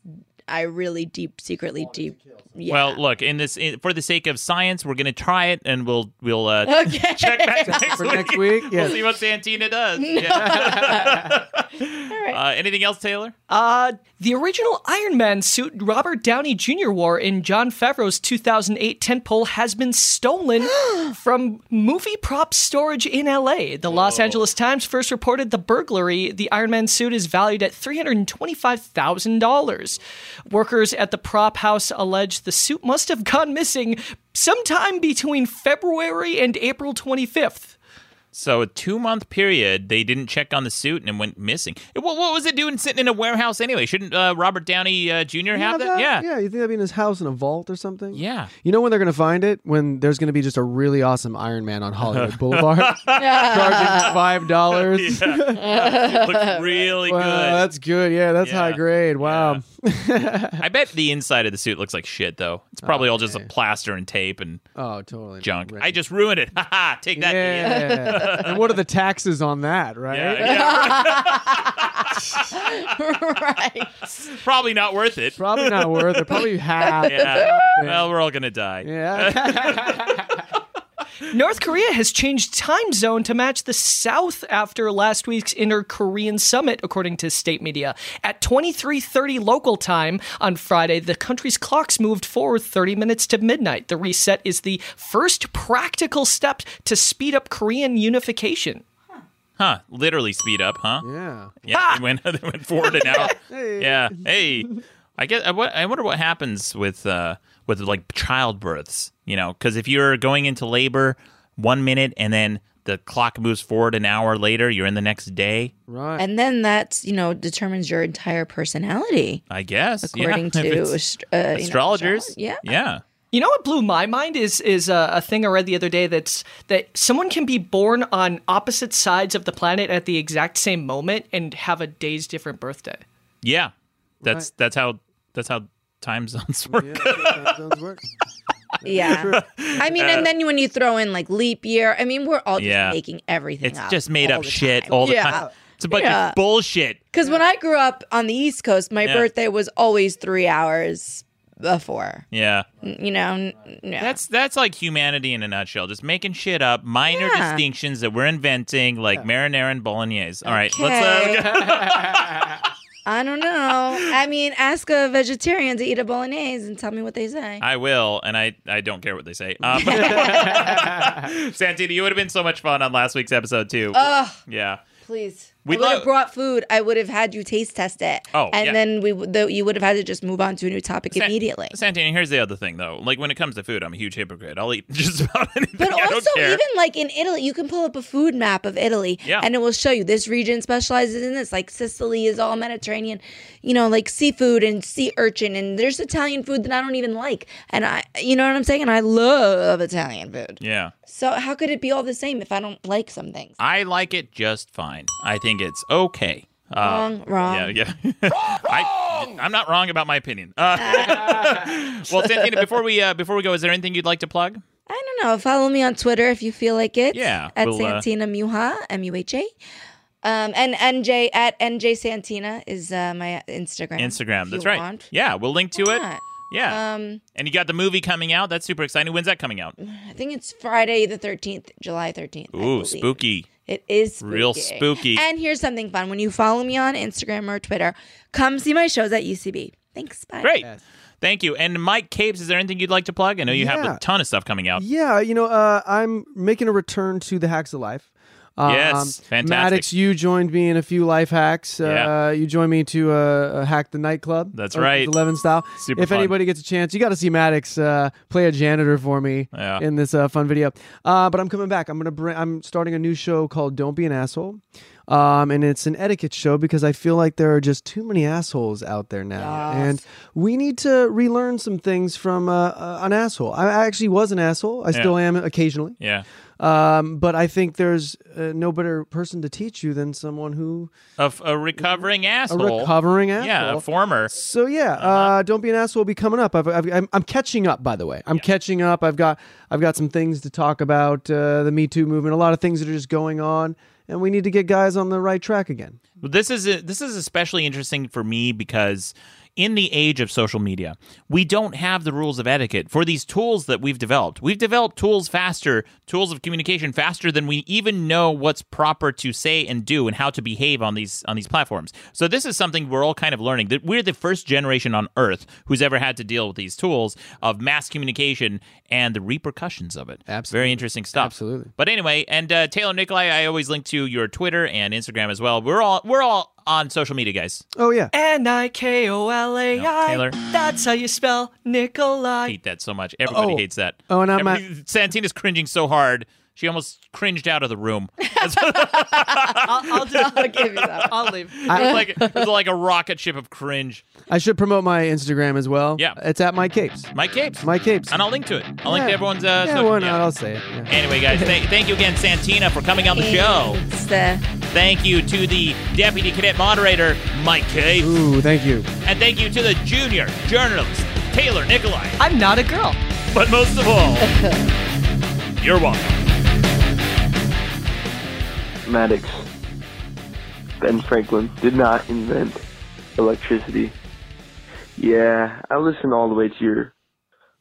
I really deep, secretly deep. Yeah. Well, look in this in, for the sake of science, we're gonna try it, and we'll we'll uh, okay. check back next For week. next week. We'll Yes. see what Santina does. Yeah. uh, anything else, Taylor? Uh, the original Iron Man suit Robert Downey Jr. wore in John Favreau's 2008 tentpole has been stolen from movie prop storage in LA. The Los Angeles Times first reported the burglary. The Iron Man suit is valued at $325,000. Workers at the prop house allege the suit must have gone missing sometime between February and April 25th. So a two month period, they didn't check on the suit and it went missing. What, what was it doing sitting in a warehouse anyway? Shouldn't uh, Robert Downey uh, Jr. have that? Yeah. Yeah. You think that'd be in his house in a vault or something? Yeah. You know when they're gonna find it? When there's gonna be just a really awesome Iron Man on Hollywood Boulevard, charging five dollars. Looks really Wow, good. that's good. Yeah, that's Yeah. high grade. Wow. I bet the inside of the suit looks like shit though. It's probably all just a plaster and tape and Oh, totally. junk. Right. I just ruined it. Ha ha. Take that. idiot. Yeah. and what are the taxes on that, right? Yeah, yeah. right. probably not worth it. Probably not worth it. Probably half. Yeah. Well, we're all gonna die. Yeah. North Korea has changed time zone to match the South after last week's inter Korean summit, according to state media. At 23:30 local time on Friday, the country's clocks moved forward 30 minutes to midnight. The reset is the first practical step to speed up Korean unification. Huh? Literally speed up, huh? yeah. Yeah, they went, they went forward an hour. Yeah. Hey, I guess I, wo- I wonder what happens with uh with like childbirths. You know, because if you're going into labor one minute and then the clock moves forward an hour later, you're in the next day. Right. And then that's, you know, determines your entire personality I guess. yeah, according if to it's ast- uh, you know, astrologers. astrolo- yeah. Yeah. You know what blew my mind is is a, a thing I read the other day that's that someone can be born on opposite sides of the planet at the exact same moment and have a day's different birthday. Yeah. That's that's how that's how time zones work. Yeah, that sounds work. Yeah. I mean, and then when you throw in like leap year, I mean, we're all just Uh, Yeah. making everything It's up. just made up shit time. all the Yeah. time. It's a bunch Yeah. of bullshit. Because when I grew up on the East Coast, my Yeah. birthday was always three hours before. Yeah. N- You know, n- no. That's that's like humanity in a nutshell. Just making shit up, minor Yeah. distinctions that we're inventing, like marinara and bolognese. All right, Okay. let's. Uh, I don't know. I mean, ask a vegetarian to eat a bolognese and tell me what they say. I will, and I I don't care what they say. Um, Santita, you would have been so much fun on last week's episode too. Ugh. yeah. Please. We'd I would love- have brought food. I would have had you taste test it. Oh, and yeah. then we would- though you would have had to just move on to a new topic San- immediately. Santana, here's the other thing though. Like when it comes to food, I'm a huge hypocrite. I'll eat just about anything. But I also, don't care. even like in Italy, you can pull up a food map of Italy, Yeah. and it will show you this region specializes in this. Like Sicily is all Mediterranean, you know, like seafood and sea urchin, and there's Italian food that I don't even like, and I, you know what I'm saying? And I love Italian food. yeah. So how could it be all the same if I don't like some things? I like it just fine. I think it's okay. Uh, Wrong, wrong. Yeah, yeah. I, I'm not wrong about my opinion. Uh, well, Santina, before we uh, before we go, is there anything you'd like to plug? I don't know. Follow me on Twitter if you feel like it. Yeah, At we'll, uh, Santina Muha, M U H A. Um, and NJ at NJ Santina is uh, my Instagram. Instagram. if That's you right. want. Yeah, we'll link to Why it. not? Yeah, Um, and you got the movie coming out. That's super exciting. When's that coming out? I think it's Friday the 13th, July 13th. I Ooh, believe. spooky. It is spooky. Real spooky. And here's something fun. When you follow me on Instagram or Twitter, come see my shows at UCB. Thanks. Bye. Great. Thank you. And Mike Capes, is there anything you'd like to plug? I know you have Yeah. a ton of stuff coming out. Yeah, you know, uh, I'm making a return to the hacks of life. Um, Yes, fantastic. Maddox, you joined me in a few life hacks. Uh, Yeah. You joined me to uh, uh, hack the nightclub. That's Ocean's right. Eleven style. Super if fun. anybody gets a chance, you got to see Maddox uh, play a janitor for me Yeah. in this uh, fun video. Uh, but I'm coming back. I'm gonna bring. I'm starting a new show called Don't Be an Asshole. Um, and it's an etiquette show because I feel like there are just too many assholes out there now, and we need to relearn some things from uh, uh, an asshole. I I actually was an asshole. I still am occasionally. Yeah. Um, but I think there's uh, no better person to teach you than someone who Of a recovering a asshole. recovering asshole. Yeah, a former. So yeah, Uh-huh. uh, don't be an asshole. Will be coming up. I've, I've, I'm, I'm catching up. By the way, I'm catching up. I've got I've got some things to talk about uh, the Me Too movement. A lot of things that are just going on, and we need to get guys on the right track again. Well, this is this is especially interesting for me because in the age of social media, we don't have the rules of etiquette for these tools that we've developed. We've developed tools faster, tools of communication faster than we even know what's proper to say and do and how to behave on these on these platforms. So this is something we're all kind of learning that we're the first generation on earth who's ever had to deal with these tools of mass communication and the repercussions of it. Absolutely. Very interesting stuff. Absolutely. But anyway, and uh, Taylor Nikolai, I always link to your Twitter and Instagram as well. We're all we're all on social media, guys. Oh yeah. N I K O L A No, I. Taylor. That's how you spell I Nikolai. hate that so much. Everybody Oh. hates that. Oh, and I'm at- Everybody- Santina's cringing so hard. She almost cringed out of the room. I'll, I'll just. I'll give you that. I'll leave. It was like it was like a rocket ship of cringe. I should promote my Instagram as well. Yeah. it's at my capes. Mike Capes. My capes. And I'll link to it. I'll link Yeah. to everyone's uh, yeah, social why media. not? I'll say it. yeah. Anyway, guys, thank, thank you again, Santina, for coming on the show. It's the Thank you to the deputy cadet moderator, Mike Capes. Ooh, thank you. And thank you to the junior journalist, Taylor Nikolai. I'm not a girl. But most of all, you're welcome. Maddox, Ben Franklin did not invent electricity. Yeah, I listened all the way to your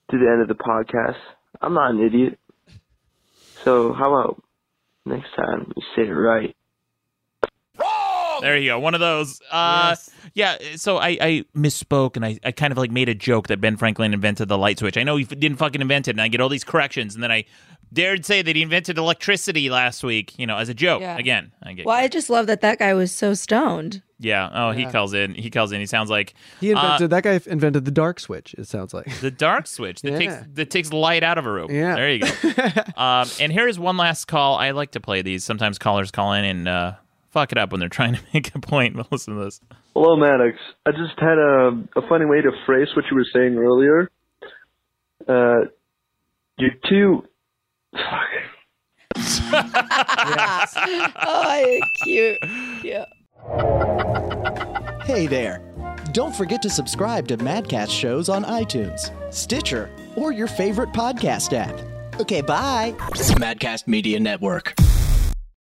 to the end of the podcast. I'm not an idiot. So how about next time you say it right? There you go. One of those. Uh, Yeah, so I, I misspoke and I, I kind of like made a joke that Ben Franklin invented the light switch. I know he f- didn't fucking invent it, and I get all these corrections, and then I dared say that he invented electricity last week, you know, as a joke. Yeah. Again, I get. Well, I just love that that guy was so stoned. Yeah. Oh, he calls in. He calls in. He sounds like He uh, invented that guy invented the dark switch. It sounds like. the dark switch that Yeah. takes that takes light out of a room. Yeah. There you go. um, and here is one last call. I like to play these. Sometimes callers call in and uh, fuck it up when they're trying to make a point. But listen to this. Hello, Maddox. I just had a a funny way to phrase what you were saying earlier. Uh, you're too. Fuck. Oh, you're cute. Yeah. Hey there! Don't forget to subscribe to Madcast shows on iTunes, Stitcher, or your favorite podcast app. Okay, bye. Madcast Media Network.